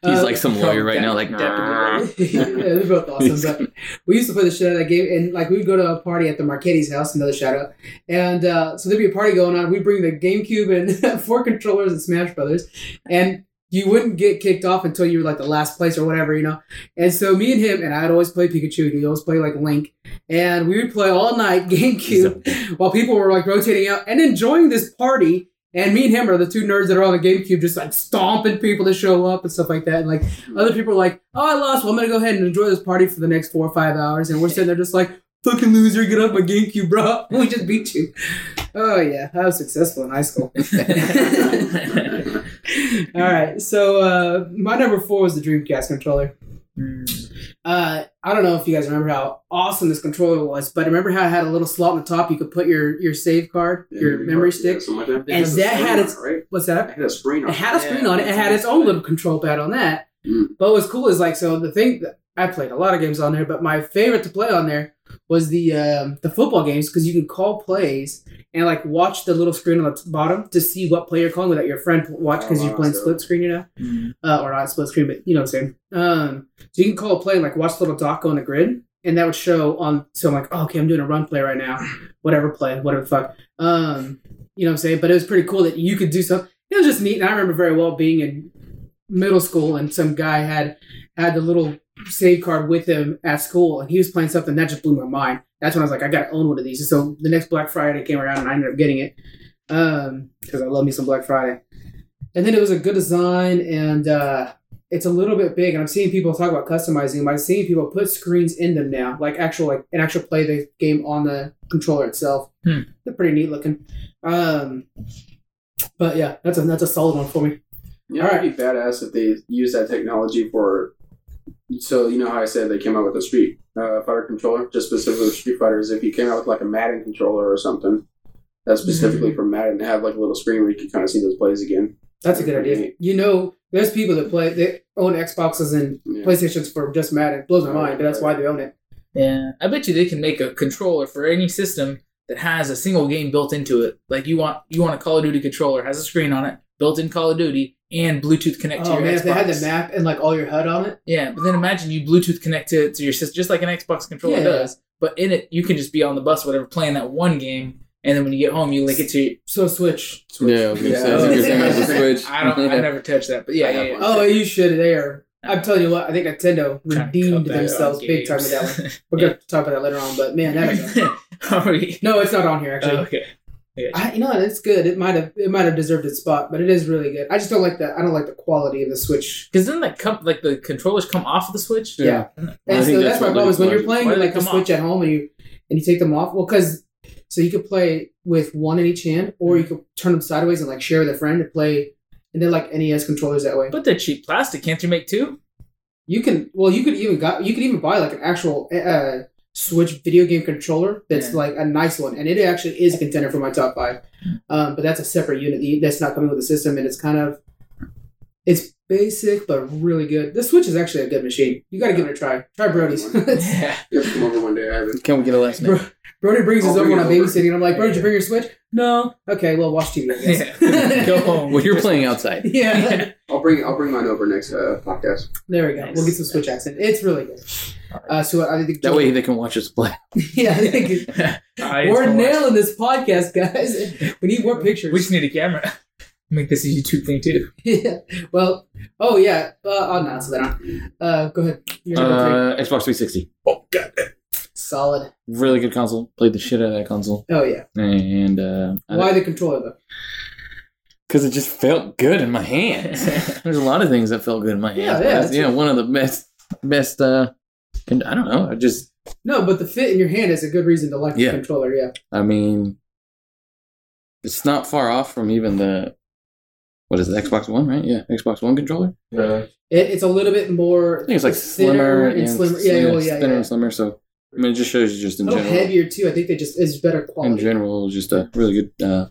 Speaker 2: He's
Speaker 1: Uh,
Speaker 2: like some lawyer right now. Like,
Speaker 5: Definitely.
Speaker 2: "Nah."
Speaker 1: yeah, they're both awesome. But we used to play the shit out of that game, and like we'd go to a party at the Marchetti's house, another shout out. And uh, so there'd be a party going on. We'd bring the GameCube and four controllers and Smash Brothers, and you wouldn't get kicked off until you were like the last place or whatever, you know. And so me and him, and I'd always play Pikachu, and he'd always play like Link, and we would play all night
Speaker 2: He's
Speaker 1: GameCube
Speaker 2: a bitch.
Speaker 1: while people were like rotating out and enjoying this party. And me and him are the two nerds that are on the GameCube, just like stomping people to show up and stuff like that. And like other people are like, "Oh, I lost. Well, I'm gonna go ahead and enjoy this party for the next four or five hours." And we're sitting there just like, "Fucking loser, get up my GameCube, bro. We just beat you." Oh yeah, I was successful in high school. All right, so uh, my number four was the Dreamcast controller.
Speaker 5: Mm,
Speaker 1: Uh, I don't know if you guys remember how awesome this controller was, but remember how it had a little slot on the top you could put your your save card, your memory stick.
Speaker 4: Yeah, something like that.
Speaker 1: And that had its-
Speaker 4: Right?
Speaker 1: What's that?
Speaker 4: It had a screen on
Speaker 1: It had a
Speaker 5: Yeah,
Speaker 1: screen on it. It had its own little control pad on that.
Speaker 4: Mm.
Speaker 1: But what's cool is like so the thing that I played a lot of games on there, but my favorite to play on there was the um, the football games because you can call plays and like watch the little screen on the t- bottom to see what player you're calling without your friend watch because
Speaker 4: Oh,
Speaker 1: you're playing
Speaker 4: wow, so-
Speaker 1: split screen, you know,
Speaker 5: mm.
Speaker 1: uh, or not split screen, but you know what I'm saying. Um, so you can call a play and like watch the little dot go on the grid, and that would show on. So I'm like, oh, okay, I'm doing a run play right now, whatever play, whatever the fuck. Um, you know what I'm saying? But it was pretty cool that you could do something it was just neat. And I remember very well being in middle school and some guy had had the little save card with him at school and he was playing something that just blew my mind. That's when I was like, I gotta own one of these. And so the next Black Friday came around and I ended up getting it. Um, because I love me some Black Friday. And then it was a good design and uh it's a little bit big, and I'm seeing people talk about customizing. But I'm seeing people put screens in them now, like actual, like an actual play the game on the controller itself.
Speaker 5: Hmm.
Speaker 1: They're pretty neat looking. Um, but yeah, that's a that's a solid one for me.
Speaker 4: Yeah, it'd be badass if they used that technology for. So you know how I said they came out with a Street uh, Fighter controller, just specifically for Street Fighters. If you came out with like a Madden controller or something, that's specifically for Madden, to have like a little screen where you can kind of see those plays again.
Speaker 1: That's a good idea. You know, there's people that play they own Xboxes and
Speaker 4: Yeah.
Speaker 1: PlayStations for just Madden. Blows my mind, but that's why they own it.
Speaker 5: Yeah, I bet you they can make a controller for any system that has a single game built into it. Like you want, you want a Call of Duty controller has a screen on it. built in Call of Duty, and Bluetooth connect to
Speaker 1: Oh
Speaker 5: your
Speaker 1: man,
Speaker 5: Xbox.
Speaker 1: if they had the map and like all your HUD on it,
Speaker 5: Yeah, but then imagine you Bluetooth connect to, to your system, just like an Xbox controller
Speaker 1: Yeah.
Speaker 5: does. But in it, you can just be on the bus, whatever, playing that one game, and then when you get home, you link it to. Your,
Speaker 1: so Switch.
Speaker 2: Yeah, I was gonna say, I was
Speaker 4: Yeah.
Speaker 2: gonna say, there's a switch.
Speaker 5: I don't. I never touched that, but yeah,
Speaker 4: I
Speaker 5: yeah.
Speaker 4: have
Speaker 5: yeah.
Speaker 4: one.
Speaker 1: Oh, you should. They are. I'm telling you what, I think Nintendo
Speaker 5: Trying to cut
Speaker 1: redeemed
Speaker 5: back on
Speaker 1: themselves big time with that one.
Speaker 5: games.
Speaker 1: We're gonna talk about that later on, but man, that is.
Speaker 5: Are we?
Speaker 1: No, it's not on here actually.
Speaker 5: Okay.
Speaker 1: I, you know what? It's good. It might have it might have deserved its spot, but it is really good. I just don't like the I don't like the quality of the Switch.
Speaker 5: Because then that come like the controllers come off of the Switch.
Speaker 1: Yeah,
Speaker 2: I
Speaker 1: and
Speaker 2: think
Speaker 1: so that's
Speaker 2: that's
Speaker 1: my
Speaker 2: what
Speaker 1: problem
Speaker 2: Luke
Speaker 1: is when you're
Speaker 2: wanted.
Speaker 1: playing
Speaker 5: Why
Speaker 1: with
Speaker 5: did
Speaker 1: like
Speaker 5: they
Speaker 1: the
Speaker 5: come
Speaker 1: Switch at home and you and you take them off. Well, because so you could play with one in each hand, or you could turn them sideways and like share with a friend to play. And they're like NES controllers that way.
Speaker 5: But they're cheap plastic. Can't you make two?
Speaker 1: You can well, you could even got you could even buy like an actual uh, Switch video game controller that's
Speaker 5: Yeah.
Speaker 1: like a nice one, and it actually is a contender for my top five. Um, but that's a separate unit that's not coming with the system, and it's kind of it's basic but really good. The Switch is actually a good machine. You got to give it a try. Try Brody's.
Speaker 5: Yeah.
Speaker 4: You have to come over one day. I haven't.
Speaker 2: Can we get a last name?
Speaker 1: Bro- Brody brings
Speaker 4: I'll
Speaker 1: his own
Speaker 4: bring
Speaker 1: when
Speaker 4: it
Speaker 1: I'm
Speaker 4: over.
Speaker 1: babysitting, and I'm like, Brody, did you bring your Switch? No. Okay, well, watch TV. I guess.
Speaker 5: Yeah. Go home.
Speaker 2: Well, you're playing outside.
Speaker 1: yeah.
Speaker 4: I'll bring I'll bring mine over next uh, podcast.
Speaker 1: There we go.
Speaker 5: Nice.
Speaker 1: We'll get some Switch accent. It's really good. Uh, so I think
Speaker 2: That way they can watch us play.
Speaker 1: yeah, I think it- We're
Speaker 5: I- it's the worst.
Speaker 1: nailing this podcast, guys. We need more pictures.
Speaker 5: We just need a camera. Make this a YouTube thing too.
Speaker 1: yeah. Well, oh yeah. Uh, I'll not so that on. Uh, go ahead. You're number three.
Speaker 2: Uh, Xbox 360.
Speaker 1: Solid.
Speaker 2: Really good console. Played the shit out of that console.
Speaker 1: Oh yeah.
Speaker 2: And uh, I-
Speaker 1: Why the controller though?
Speaker 2: Because it just felt good in my hands. There's a lot of things that felt good in my hands.
Speaker 1: Yeah,
Speaker 2: but
Speaker 1: yeah,
Speaker 2: that's,
Speaker 1: that's
Speaker 2: yeah, one of the best, best. uh con- I don't know. I just,
Speaker 1: No, but the fit in your hand is a good reason to like
Speaker 2: Yeah.
Speaker 1: the controller. Yeah.
Speaker 2: I mean, it's not far off from even the, what is it, Xbox One, right? Yeah, Xbox One controller.
Speaker 3: Yeah.
Speaker 1: It, it's a little bit more.
Speaker 2: I think it's like
Speaker 1: thinner
Speaker 2: slimmer
Speaker 1: and slimmer. Yeah, well, yeah,
Speaker 2: thinner
Speaker 1: yeah.
Speaker 2: and slimmer. So I mean, it just shows you just
Speaker 1: a
Speaker 2: in
Speaker 1: little
Speaker 2: general.
Speaker 1: heavier too. I think they just is better
Speaker 2: in
Speaker 1: quality.
Speaker 2: general, it was just a really good uh,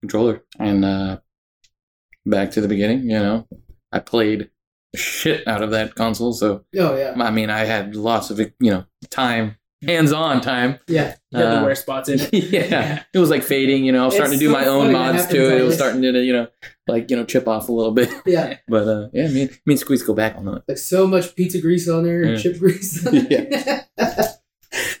Speaker 2: controller. And uh, back to the beginning, you know, I played the shit out of that console. So
Speaker 1: Oh yeah.
Speaker 2: I mean, I had lots of you know time, hands-on time.
Speaker 1: Yeah.
Speaker 5: You have
Speaker 2: Uh,
Speaker 5: the wear spots in it.
Speaker 2: yeah, it was like fading. You know, I was
Speaker 1: It's
Speaker 2: starting to do
Speaker 1: so
Speaker 2: my
Speaker 1: funny
Speaker 2: own
Speaker 1: that
Speaker 2: mods to
Speaker 1: happens
Speaker 2: it. It was
Speaker 1: always.
Speaker 2: starting to you know, like you know, chip off a little bit.
Speaker 1: Yeah.
Speaker 2: But uh, yeah, me and, me and Squeeze go back on that.
Speaker 1: Like so much pizza grease on there and
Speaker 2: Yeah.
Speaker 1: chip grease. on there.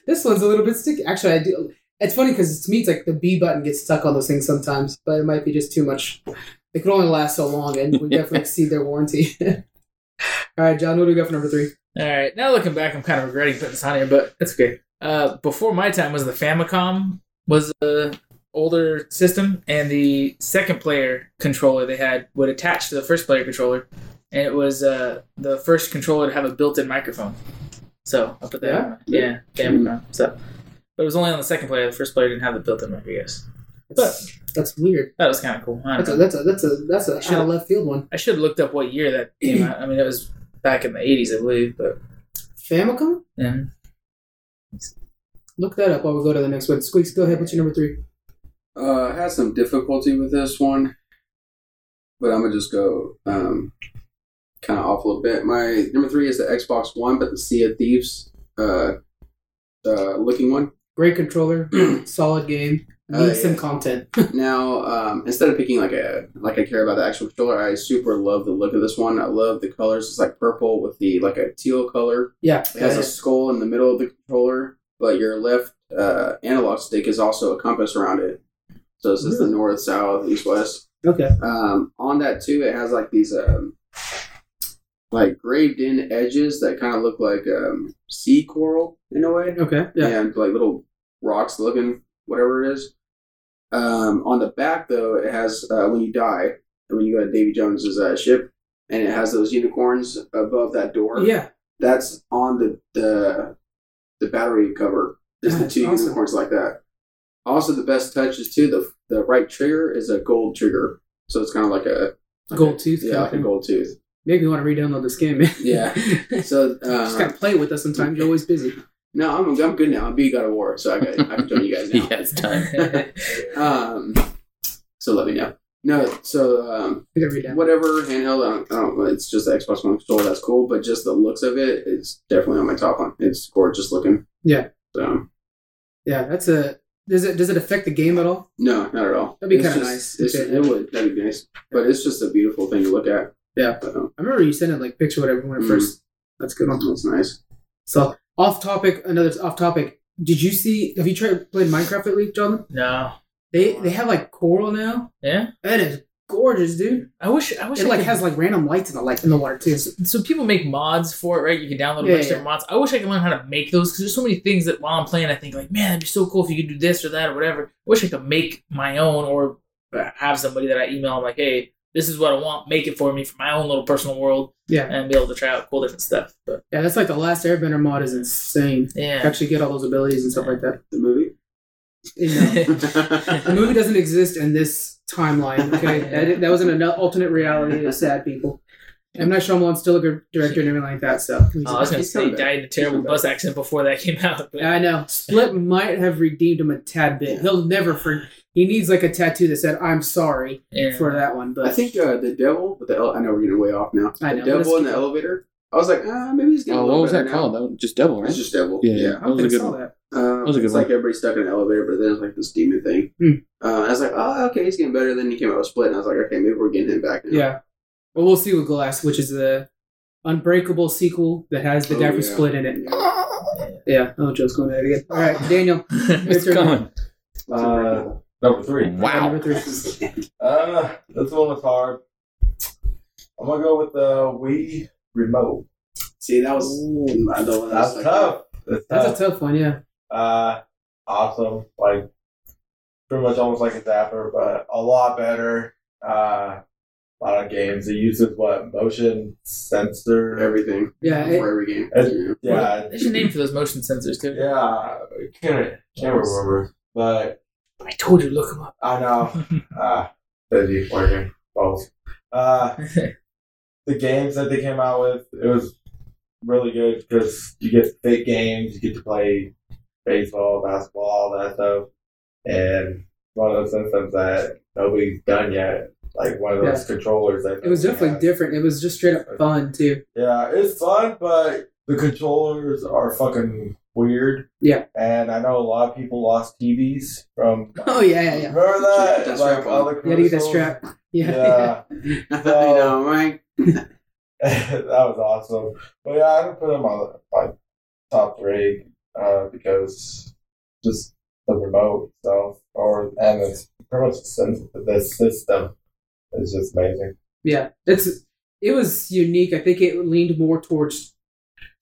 Speaker 1: this one's a little bit sticky. Actually, I do. It's funny because to me, it's like the B button gets stuck on those things sometimes, but it might be just too much. It could only last so long, and we definitely exceed their warranty. All right, John, what do we got for number three?
Speaker 5: All right. Now looking back, I'm kind of regretting putting this on here, but that's okay. Uh, before my time was the Famicom was a older system, and the second player controller they had would attach to the first player controller, and it was uh, the first controller to have a built-in microphone. So I put that.
Speaker 1: Yeah?
Speaker 5: on. yeah Famicom. So, but it was only on the second player. The first player didn't have the built-in mic. I guess
Speaker 1: That's, that's weird.
Speaker 5: that was kind of cool. I don't
Speaker 1: That's
Speaker 5: know.
Speaker 1: a that's a that's a that's a out of left field one.
Speaker 5: I should have looked up what year that came out. I mean, it was back in the 80s, I believe, but
Speaker 1: Famicom.
Speaker 5: yeah.
Speaker 1: Look that up while we go to the next one. Squeaks, go ahead. What's your number three?
Speaker 4: Uh, I had some difficulty with this one, but I'm gonna just go um, kind of off a little bit. My number three is the Xbox One, but the Sea of Thieves uh, uh, looking one.
Speaker 1: Great controller, solid game.
Speaker 4: Oh,
Speaker 1: Need some
Speaker 4: yeah.
Speaker 1: content.
Speaker 4: Now, um, instead of picking like a like I care about the actual controller, I super love the look of this one. I love the colors. It's like purple with the like a teal color.
Speaker 1: Yeah,
Speaker 4: It has a skull in the middle of the controller, but your left uh, analog stick is also a compass around it. So this is the north, south, east, west.
Speaker 1: okay.
Speaker 4: Um, on that too, it has like these um, like graved in edges that kind of look like um, sea coral in a way
Speaker 1: Okay. Yeah.
Speaker 4: and like little rocks looking whatever it is. Um, on the back though, it has uh, when you die and when you go to Davy Jones's uh, ship, and it has those unicorns above that door.
Speaker 1: Yeah.
Speaker 4: that's on the the, the battery cover. Is the
Speaker 1: That's
Speaker 4: two
Speaker 1: awesome.
Speaker 4: unicorns like that. Also, the best touch is too the the right trigger is a gold trigger, so it's kind of like a like
Speaker 1: Gold
Speaker 4: a-
Speaker 1: tooth
Speaker 4: Yeah,
Speaker 1: kinda
Speaker 4: like a
Speaker 1: thing.
Speaker 4: gold tooth.
Speaker 1: Make me want to re-download this game, man.
Speaker 4: Yeah. So
Speaker 1: Just
Speaker 4: uh,
Speaker 1: gotta play with us sometimes. You're always busy.
Speaker 4: no, I'm I'm good now. I'm beat God of War, so I can I can join you guys now.
Speaker 2: yeah, it's time.
Speaker 4: Um, so let me know. No, so um,
Speaker 1: You gotta read down.
Speaker 4: whatever handheld, I don't, I don't. It's just the Xbox One controller. That's cool, but just the looks of it, it's definitely on my top one. It's gorgeous looking.
Speaker 1: Yeah.
Speaker 4: So
Speaker 1: Yeah, that's a Does it does it affect the game at all?
Speaker 4: No, not at all.
Speaker 1: That'd be
Speaker 4: It's
Speaker 1: kinda
Speaker 4: just-
Speaker 1: nice.
Speaker 4: it's-
Speaker 1: Okay.
Speaker 4: it would. That'd be nice. But it's just a beautiful thing to look at.
Speaker 1: Yeah.
Speaker 4: But, um,
Speaker 1: I remember you sent it like picture whatever when it
Speaker 4: Mm.
Speaker 1: first. That's a good one.
Speaker 4: that's nice.
Speaker 1: So off topic, another off topic. Did you see? Have you tried playing Minecraft lately, John?
Speaker 5: No.
Speaker 1: They they have like coral now.
Speaker 5: Yeah.
Speaker 1: That is gorgeous, dude.
Speaker 5: I wish. I wish.
Speaker 1: It
Speaker 5: I
Speaker 1: like
Speaker 5: could-
Speaker 1: has like random lights in the light in the water too.
Speaker 5: so people make mods for it, right? You can download a
Speaker 1: Yeah,
Speaker 5: bunch of
Speaker 1: yeah.
Speaker 5: different mods. I wish I could learn how to make those because there's so many things that while I'm playing, I think like, man, that'd be so cool if you could do this or that or whatever. I wish I could make my own or uh, have somebody that I email. I'm like, hey, this is what I want. Make it for me for my own little personal world
Speaker 1: Yeah,
Speaker 5: and be able to try out cool different stuff. But
Speaker 1: yeah. That's like the last Airbender mod is insane. You
Speaker 5: yeah,
Speaker 1: actually get all those abilities and stuff like that.
Speaker 4: The movie.
Speaker 1: You know. the
Speaker 4: yeah.
Speaker 1: movie doesn't exist in this timeline. Okay, that, that was an ano- alternate reality of sad people. And I'm not sure Shyamalan's still a good director and everything like that. So
Speaker 5: Oh, I was gonna
Speaker 4: He's
Speaker 5: say he
Speaker 4: coming back.
Speaker 5: died in a terrible
Speaker 4: He's coming
Speaker 5: bus accident before that came out. But
Speaker 1: I know Split might have redeemed him a tad bit. He'll never for he needs like a tattoo that said "I'm sorry"
Speaker 5: yeah.
Speaker 1: for that one. But
Speaker 4: I think uh, the devil with the. Ele- I know we're getting way off now.
Speaker 1: I
Speaker 4: the
Speaker 1: know, let's
Speaker 4: devil
Speaker 1: keep
Speaker 4: in the
Speaker 1: going.
Speaker 4: elevator. I was like, ah, maybe he's getting.
Speaker 2: Oh,
Speaker 4: a
Speaker 2: what
Speaker 4: little
Speaker 2: was
Speaker 4: better
Speaker 2: that
Speaker 4: now.
Speaker 2: called? That was just devil, right?
Speaker 4: It's just devil.
Speaker 2: Yeah, yeah.
Speaker 1: I
Speaker 2: That was a
Speaker 1: think
Speaker 2: good
Speaker 1: I saw
Speaker 2: one.
Speaker 1: that.
Speaker 4: Um,
Speaker 2: That was a good
Speaker 4: it's like everybody's stuck in an elevator, but there's like this demon thing.
Speaker 1: Hmm.
Speaker 4: Uh, I was like, oh, okay, he's getting better. Then he came out with Split, and I was like, okay, maybe we're getting him back. Now.
Speaker 1: Yeah, well, we'll see with Glass, which is the Unbreakable sequel that has the
Speaker 4: Oh,
Speaker 1: guy from
Speaker 4: yeah.
Speaker 1: Split in it.
Speaker 4: Yeah.
Speaker 1: Yeah. Oh, Joe's going there again. All right, Daniel.
Speaker 2: it's
Speaker 1: Your turn.
Speaker 2: coming.
Speaker 3: Uh, number three.
Speaker 2: Wow.
Speaker 1: Number three.
Speaker 3: Uh, this one was hard. I'm gonna go with the Wii remote.
Speaker 4: See, that was I don't know,
Speaker 3: That's
Speaker 4: like-
Speaker 3: tough. That's tough.
Speaker 1: That's a tough one. Yeah.
Speaker 3: Uh, awesome. Like pretty much almost like a zapper, but a lot better. Uh, a lot of games. It uses what motion sensor.
Speaker 4: Everything
Speaker 1: Yeah. it-
Speaker 4: for every game.
Speaker 3: It's-
Speaker 4: Yeah.
Speaker 3: yeah,
Speaker 5: There's a name for those motion sensors too.
Speaker 3: yeah. I Can't can't remember, but
Speaker 5: I told you, look them up.
Speaker 3: I know. Uh, busy working both. Uh, the games that they came out with, it was really good because you get fake games, you get to play baseball, basketball, all that stuff, and one of those systems that nobody's done yet, like one of those controllers. That
Speaker 1: It was
Speaker 3: nobody
Speaker 1: definitely
Speaker 3: has.
Speaker 1: different. It was just straight up fun too.
Speaker 3: Yeah, it's fun, but the controllers are fucking weird.
Speaker 1: Yeah.
Speaker 3: and I know a lot of people lost TVs from.
Speaker 1: Oh yeah, yeah, yeah.
Speaker 3: Remember that?
Speaker 4: Get that
Speaker 3: like
Speaker 4: strap
Speaker 3: all
Speaker 4: on.
Speaker 3: the
Speaker 1: You had to get that
Speaker 3: commercials?
Speaker 1: strap. Yeah.
Speaker 3: yeah.
Speaker 4: I know, right?
Speaker 3: that was awesome. But yeah, I would put him on my top three uh, because just the remote itself, or and it's pretty much the syn- the system is just amazing.
Speaker 1: Yeah. It's it was unique. I think it leaned more towards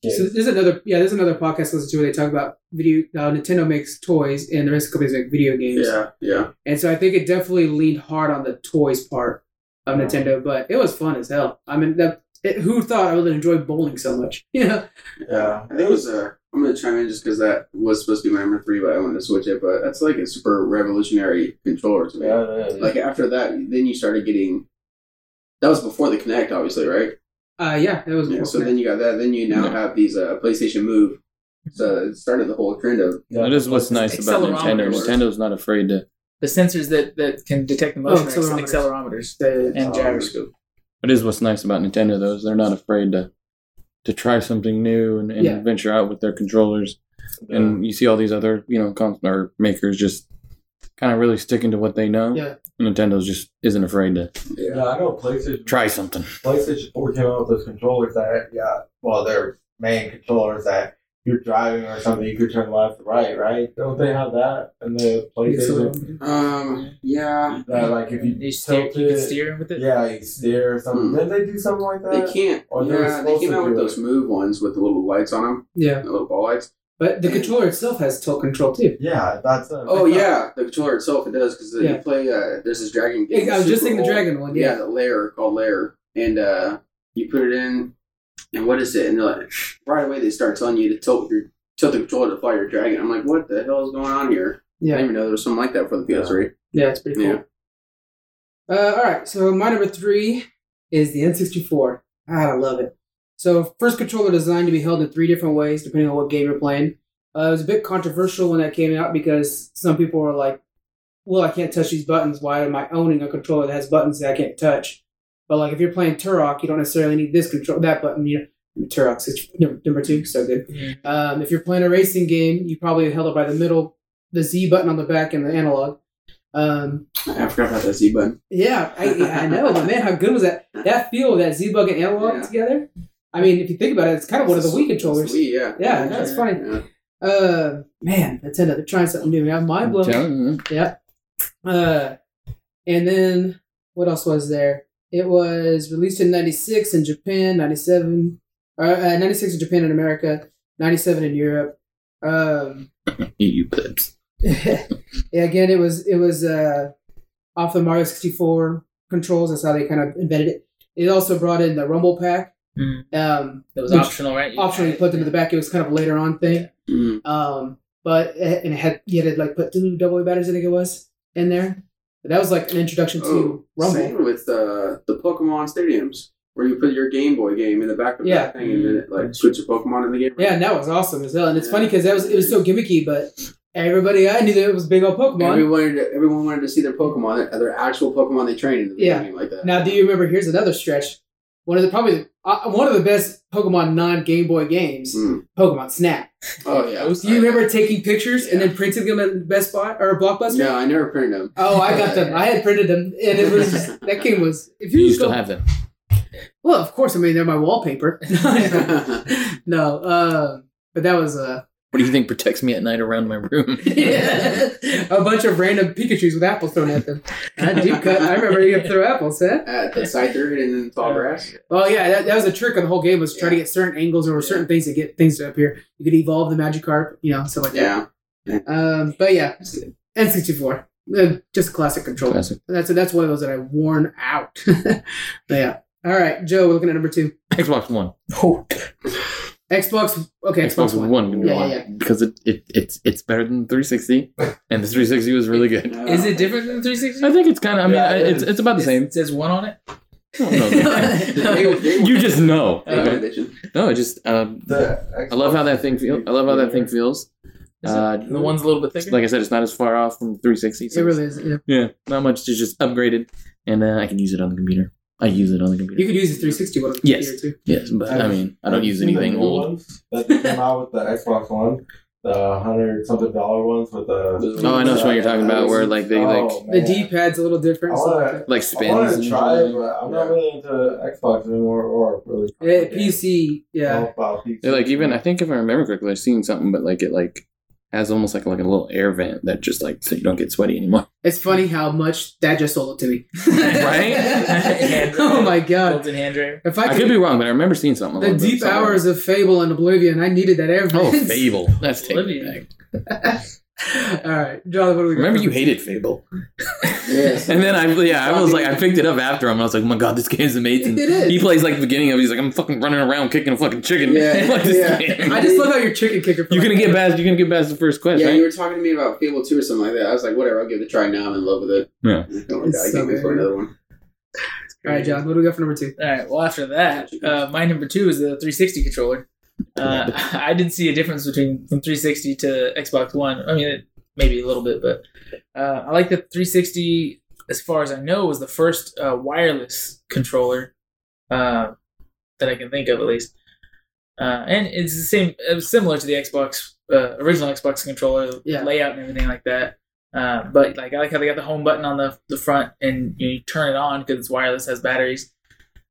Speaker 3: Yeah.
Speaker 1: So there's another yeah, there's another podcast I listen to where they talk about video. Uh, Nintendo makes toys, and the rest of the companies make video games.
Speaker 4: Yeah, yeah.
Speaker 1: And so I think it definitely leaned hard on the toys part of
Speaker 3: Yeah.
Speaker 1: Nintendo, but it was fun as hell. I mean, that, it, who thought I would enjoy bowling so much? Yeah,
Speaker 3: Yeah.
Speaker 4: I think it was. Uh, I'm gonna chime in just because that was supposed to be my number three, but I wanted to switch it. But that's like a super revolutionary controller to me.
Speaker 3: yeah, it is.
Speaker 4: Like after that, then you started getting. That was before the Kinect, obviously, right?
Speaker 1: uh, yeah, that was
Speaker 4: Yeah,
Speaker 1: cool.
Speaker 4: so then you got that. Then you now
Speaker 2: Yeah.
Speaker 4: have these uh, PlayStation Move. So
Speaker 3: Mm-hmm.
Speaker 4: it started the whole trend of
Speaker 3: Yeah.
Speaker 2: That is what's nice about Nintendo.
Speaker 5: accelerometers.
Speaker 2: Nintendo's not afraid to.
Speaker 5: the sensors that, that can detect the motion
Speaker 1: Oh,
Speaker 5: are acce-
Speaker 1: accelerometers.
Speaker 5: accelerometers, and
Speaker 3: Oh.
Speaker 5: gyroscope.
Speaker 2: That is what's nice about Nintendo, though, is they're not afraid to to try something new and, and
Speaker 1: Yeah.
Speaker 2: venture out with their controllers. And you see all these other, you know, comp- or makers just kind of really sticking to what they know.
Speaker 1: Yeah.
Speaker 2: And Nintendo's just isn't afraid to
Speaker 3: yeah, I know PlayStation.
Speaker 2: try something.
Speaker 3: PlayStation Four came out with those controllers that yeah, well, their main controllers that. You're driving or something, you could turn left, right, right. Don't they have that in the PlayStation?
Speaker 4: Um. Yeah.
Speaker 3: That, like if you,
Speaker 5: You steer,
Speaker 3: tilt
Speaker 5: you can
Speaker 3: it-
Speaker 5: steer with it.
Speaker 3: Yeah, you steer or something.
Speaker 4: Hmm.
Speaker 3: Didn't they do something like that?
Speaker 4: They can't.
Speaker 3: Or they were
Speaker 4: yeah, they
Speaker 3: supposed
Speaker 4: came
Speaker 3: to
Speaker 4: out with
Speaker 3: do it.
Speaker 4: those move ones with the little lights on them,
Speaker 1: yeah,
Speaker 4: the little ball lights.
Speaker 1: but the controller itself has tilt control too.
Speaker 3: Yeah, that's uh, a,
Speaker 4: Oh yeah, the controller itself it does because
Speaker 1: Yeah.
Speaker 4: you play. Uh, there's this dragon.
Speaker 1: I was just
Speaker 4: Super
Speaker 1: thinking the
Speaker 4: old.
Speaker 1: dragon one.
Speaker 4: Yeah,
Speaker 1: Oh, Yeah,
Speaker 4: the layer called layer, and uh, you put it in, and what is it? And they're like, right away they start telling you to tilt your tilt the controller to fly your dragon. I'm like, what the hell is going on here? I
Speaker 1: yeah,
Speaker 4: didn't even know there was something like that for the PS3.
Speaker 1: yeah. It's pretty cool.
Speaker 4: Yeah.
Speaker 1: Uh, all right, so my number three is the N64. Ah, I love it. So, first controller designed to be held in three different ways depending on what game you're playing. Uh, it was a bit controversial when that came out because some people were like, well, I can't touch these buttons. Why am I owning a controller that has buttons that I can't touch? But like if you're playing Turok, you don't necessarily need this control, that button. You know, Turok's it's number, number two, so good.
Speaker 5: Yeah.
Speaker 1: Um, if you're playing a racing game, you probably held it by the middle the Z button on the back and the analog. Um,
Speaker 4: I forgot about that Z button.
Speaker 1: yeah, I, yeah, I know, but man. How good was that? That feel, that Z bug and analog
Speaker 4: Yeah.
Speaker 1: together. I mean, if you think about it, it's kind of one of the Wii controllers.
Speaker 4: It's the Wii, yeah.
Speaker 1: Yeah, that's funny.
Speaker 4: Yeah.
Speaker 1: Uh, man, Nintendo, they're trying something new. Now, mind
Speaker 2: I'm
Speaker 1: blowing.
Speaker 2: telling you.
Speaker 1: Uh, and then what else was there? It was released in '96 in Japan, '97, uh, uh, '96 in Japan and America, '97 in Europe. Um,
Speaker 2: Eat you pips.
Speaker 1: yeah, again, it was it was uh, off the Mario 64 controls. That's how they kind of invented it. It also brought in the Rumble Pack.
Speaker 5: Mm.
Speaker 1: Um,
Speaker 5: That was
Speaker 1: which
Speaker 5: optional, right? You-
Speaker 1: optionally put them in the back. It was kind of a later on thing.
Speaker 4: Mm.
Speaker 1: Um, but and it had you had to like put two double A batteries, I think it was, in there. But that was like an introduction to
Speaker 4: Oh,
Speaker 1: Rumble.
Speaker 4: same with uh, the Pokemon Stadiums, where you put your Game Boy game in the back of
Speaker 1: Yeah.
Speaker 4: that thing and then it like switch your Pokemon in the game.
Speaker 1: Yeah, and that was awesome as hell. And it's funny because that was it was so gimmicky, but everybody I knew that it was big old Pokemon.
Speaker 4: Everyone wanted, to, everyone wanted to see their Pokemon, their, their actual Pokemon they trained in the
Speaker 1: Yeah.
Speaker 4: game like that.
Speaker 1: Now, do you remember? Here's another stretch. One of the probably the, uh, one of the best Pokemon non Game Boy games,
Speaker 4: Mm.
Speaker 1: Pokemon Snap.
Speaker 4: Oh yeah.
Speaker 1: Do you remember taking pictures and then printing them at Best Buy or Blockbuster?
Speaker 4: No, I never printed them.
Speaker 1: Oh, I got them. I had printed them, and it was just, that game was. If you,
Speaker 2: You
Speaker 1: just
Speaker 2: still
Speaker 1: go-
Speaker 2: have them.
Speaker 1: Well, of course. I mean, they're my wallpaper. no, uh, but that was uh,
Speaker 2: What do you think protects me at night around my room?
Speaker 1: a bunch of random Pikachu's with apples thrown at them. I do cut. I remember you throw apples, huh?
Speaker 4: At the Scyther and then tall grass.
Speaker 1: Well, yeah, that, that was a trick of the whole game was try to get certain angles or certain things to get things to appear. You could evolve the Magikarp, you know, stuff like
Speaker 4: Yeah.
Speaker 1: that. Um, but yeah, N64, Uh, just a classic controller.
Speaker 2: Classic.
Speaker 1: That's that's one of those that I worn out. but yeah, all right, Joe, we're looking at number two,
Speaker 2: Xbox One.
Speaker 1: Xbox. Okay, Xbox, One.
Speaker 2: One.
Speaker 1: Yeah, yeah,
Speaker 2: Because it, it, it's it's better than 360, and the 360 was really good.
Speaker 5: Is it different than 360?
Speaker 2: I think it's kind of. I mean,
Speaker 3: Yeah,
Speaker 2: I-
Speaker 3: it
Speaker 2: it's it's about the same.
Speaker 5: It says one on it.
Speaker 2: No, no, no.
Speaker 4: They- they-
Speaker 2: you just know.
Speaker 4: they were edition.
Speaker 2: No, it just. Um,
Speaker 3: The
Speaker 2: I love how that thing feels. I love how that thing feels.
Speaker 5: Is it-
Speaker 2: Uh,
Speaker 5: the one's a little bit thicker.
Speaker 2: like I said, it's not as far off from 360.
Speaker 1: It really is. Yeah.
Speaker 2: Yeah, not much. It's just upgraded, and uh, I can use it on the computer. I use it on the computer.
Speaker 1: You could use the 360 one.
Speaker 2: Yes.
Speaker 1: here, too.
Speaker 2: yes, but I mean, I don't use
Speaker 3: Have you seen
Speaker 2: anything
Speaker 3: the new
Speaker 2: old.
Speaker 3: ones That they came out with the Xbox One, the hundred something dollar ones with the.
Speaker 2: Oh, I know what you're talking about. Where like they like
Speaker 3: Oh,
Speaker 1: The
Speaker 3: man.
Speaker 1: D pad's a little different.
Speaker 3: I
Speaker 1: stuff like
Speaker 3: wanna-
Speaker 2: like
Speaker 3: I
Speaker 2: spins.
Speaker 3: wanted to
Speaker 2: and-
Speaker 3: try it, but I'm not
Speaker 4: Yeah.
Speaker 3: really into Xbox anymore, or really.
Speaker 1: that. Eh, PC, yeah.
Speaker 3: All about PC.
Speaker 2: Yeah, like even I think if I remember correctly, I've seen something, but like it like has almost like like a little air vent that just like so you don't get sweaty anymore.
Speaker 1: It's funny how much that just sold it to me.
Speaker 5: Right?
Speaker 1: oh my god.
Speaker 5: Built-in hand dryer.
Speaker 1: If I
Speaker 2: I
Speaker 1: could,
Speaker 2: could be wrong, but I remember seeing something.
Speaker 1: the
Speaker 2: along those-
Speaker 1: deep
Speaker 2: something.
Speaker 1: hours of Fable and Oblivion, I needed that every
Speaker 2: Oh, Fable. That's taking it back.
Speaker 1: All right, John, what do we got?
Speaker 2: Remember you hated Fable,
Speaker 4: Yes.
Speaker 2: and then I yeah I was like I picked it up after him, and I was like, oh my god, this game's amazing.
Speaker 1: It is.
Speaker 2: He plays like the beginning of it. He's like, I'm fucking running around kicking a fucking chicken.
Speaker 4: Yeah,
Speaker 2: Fuck this
Speaker 4: yeah.
Speaker 2: game.
Speaker 1: I just love how you're chicken kicker. for
Speaker 2: You're
Speaker 1: like-
Speaker 2: gonna get past. You're gonna get past the first quest,
Speaker 4: Yeah,
Speaker 2: right?
Speaker 4: you were talking to me about Fable 2 or something like that. I was like, whatever, I'll give it a try now. I'm in love with it.
Speaker 2: Yeah.
Speaker 4: Oh
Speaker 1: It's
Speaker 4: my god, I
Speaker 1: so
Speaker 4: can't wait for
Speaker 1: good.
Speaker 4: another one.
Speaker 1: All right, John, what do we got for number two?
Speaker 5: All right. Well, after that, uh, my number two is the 360 controller. Uh, I did see a difference between from 360 to Xbox One. I mean, it, maybe a little bit, but uh, I like the 360. As far as I know, was the first uh, wireless controller uh, that I can think of, at least. Uh, and it's the same, it was similar to the Xbox uh, original Xbox controller
Speaker 1: Yeah.
Speaker 5: layout and everything like that. Uh, but like I like how they got the home button on the the front, and you, know, you turn it on because it's wireless, has batteries.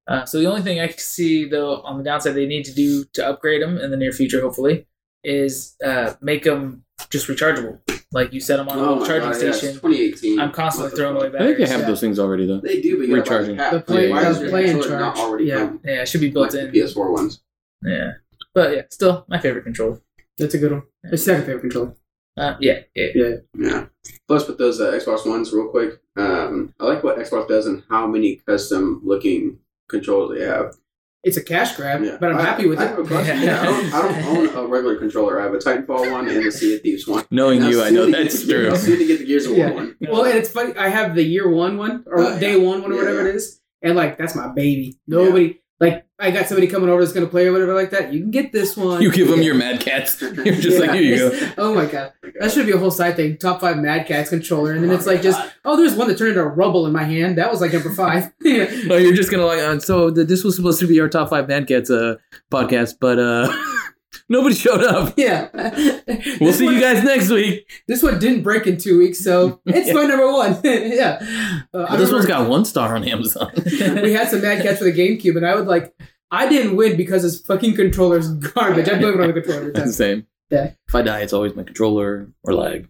Speaker 5: Uh, so the only thing I can see though on the downside they need to do to upgrade them in the near future, hopefully, is uh, make them just rechargeable. Like you set them on a
Speaker 4: Oh
Speaker 5: little
Speaker 4: my
Speaker 5: charging
Speaker 4: god, yeah, it's
Speaker 5: station.
Speaker 4: 2018.
Speaker 5: I'm constantly
Speaker 4: What the
Speaker 5: throwing away
Speaker 4: fuck?
Speaker 2: I think
Speaker 5: batteries.
Speaker 2: they have
Speaker 1: Yeah.
Speaker 2: those things already though.
Speaker 4: They do, but you
Speaker 2: Recharging.
Speaker 4: Gotta buy
Speaker 1: The play-
Speaker 4: Why
Speaker 2: the
Speaker 4: is your
Speaker 1: play and
Speaker 4: controller not
Speaker 1: charge.
Speaker 4: already
Speaker 1: Yeah.
Speaker 4: come
Speaker 5: yeah, it should be
Speaker 4: like
Speaker 5: built
Speaker 4: the
Speaker 5: in.
Speaker 4: PS4 ones?
Speaker 5: Yeah, but yeah, still my favorite controller.
Speaker 1: That's a good one. The second favorite controller.
Speaker 5: Uh, yeah, yeah.
Speaker 4: Yeah. Plus, with those uh, Xbox Ones, real quick, um, I like what Xbox does and how many custom looking controls they have.
Speaker 1: It's a cash grab,
Speaker 4: Yeah.
Speaker 1: but I'm
Speaker 4: I-
Speaker 1: happy with
Speaker 4: I
Speaker 1: it.
Speaker 4: have a question. Yeah, I, don't, I don't own a regular controller. I have a Titanfall one and the Sea of Thieves one.
Speaker 2: Knowing
Speaker 4: And
Speaker 2: you,
Speaker 4: I'm
Speaker 2: I know
Speaker 4: soon to get
Speaker 2: that's
Speaker 4: the-
Speaker 2: true.
Speaker 4: I'm soon to get the Gears of War
Speaker 1: Yeah.
Speaker 4: one.
Speaker 1: Well, and it's funny. I have the year one one or
Speaker 4: Oh, yeah.
Speaker 1: day one one or
Speaker 4: Yeah,
Speaker 1: whatever
Speaker 4: yeah.
Speaker 1: it is, and like that's my baby. Nobody like I got somebody coming over that's gonna play or whatever like that. You can get this one.
Speaker 2: You give them your mad cats. You're just like
Speaker 1: Yeah.
Speaker 2: here you go.
Speaker 1: oh my god, that should be a whole side thing. Top five Mad Cats controller, and then it's like just oh, there's one that turned into rubble in my hand. That was like number five. yeah.
Speaker 6: Oh,
Speaker 2: No, you're just gonna like. Uh, so th- this was supposed to be our top five Mad Cats uh, podcast, but uh,
Speaker 6: Nobody showed up.
Speaker 1: Yeah.
Speaker 6: We'll
Speaker 1: This
Speaker 6: see you
Speaker 1: one-
Speaker 6: guys next week.
Speaker 1: This one didn't break in two weeks, so it's my number one. yeah. Uh, I
Speaker 6: This
Speaker 1: remember
Speaker 6: one's got one star on Amazon.
Speaker 1: we had some mad cats for the GameCube, and I would like. I didn't win because his fucking controller's garbage. I blame it on the controller.
Speaker 6: That's the
Speaker 1: That's,
Speaker 6: same.
Speaker 1: Yeah.
Speaker 6: If I die, it's always my controller or lag.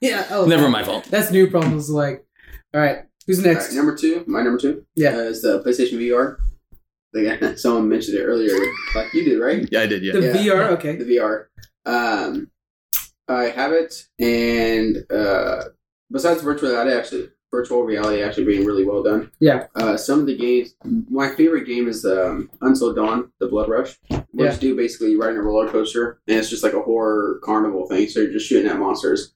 Speaker 1: yeah. Oh,
Speaker 6: Never my fault.
Speaker 1: That's new problems. Like, all right, who's
Speaker 4: All
Speaker 1: next?
Speaker 4: right, number two, my number two,
Speaker 1: Yeah.
Speaker 4: uh, is the PlayStation VR. Like, someone mentioned it earlier, like you did, right?
Speaker 6: Yeah, I did. Yeah.
Speaker 1: the
Speaker 4: Yeah.
Speaker 1: VR. Okay.
Speaker 4: The VR. Um, I have it, and uh, besides virtual reality, actually, virtual reality actually being really well done.
Speaker 1: Yeah.
Speaker 4: Uh, some of the games, my favorite game is um, Until Dawn, The Blood Rush, which
Speaker 1: Yeah.
Speaker 4: do basically you ride in a roller coaster, and it's just like a horror carnival thing. So you're just shooting at monsters.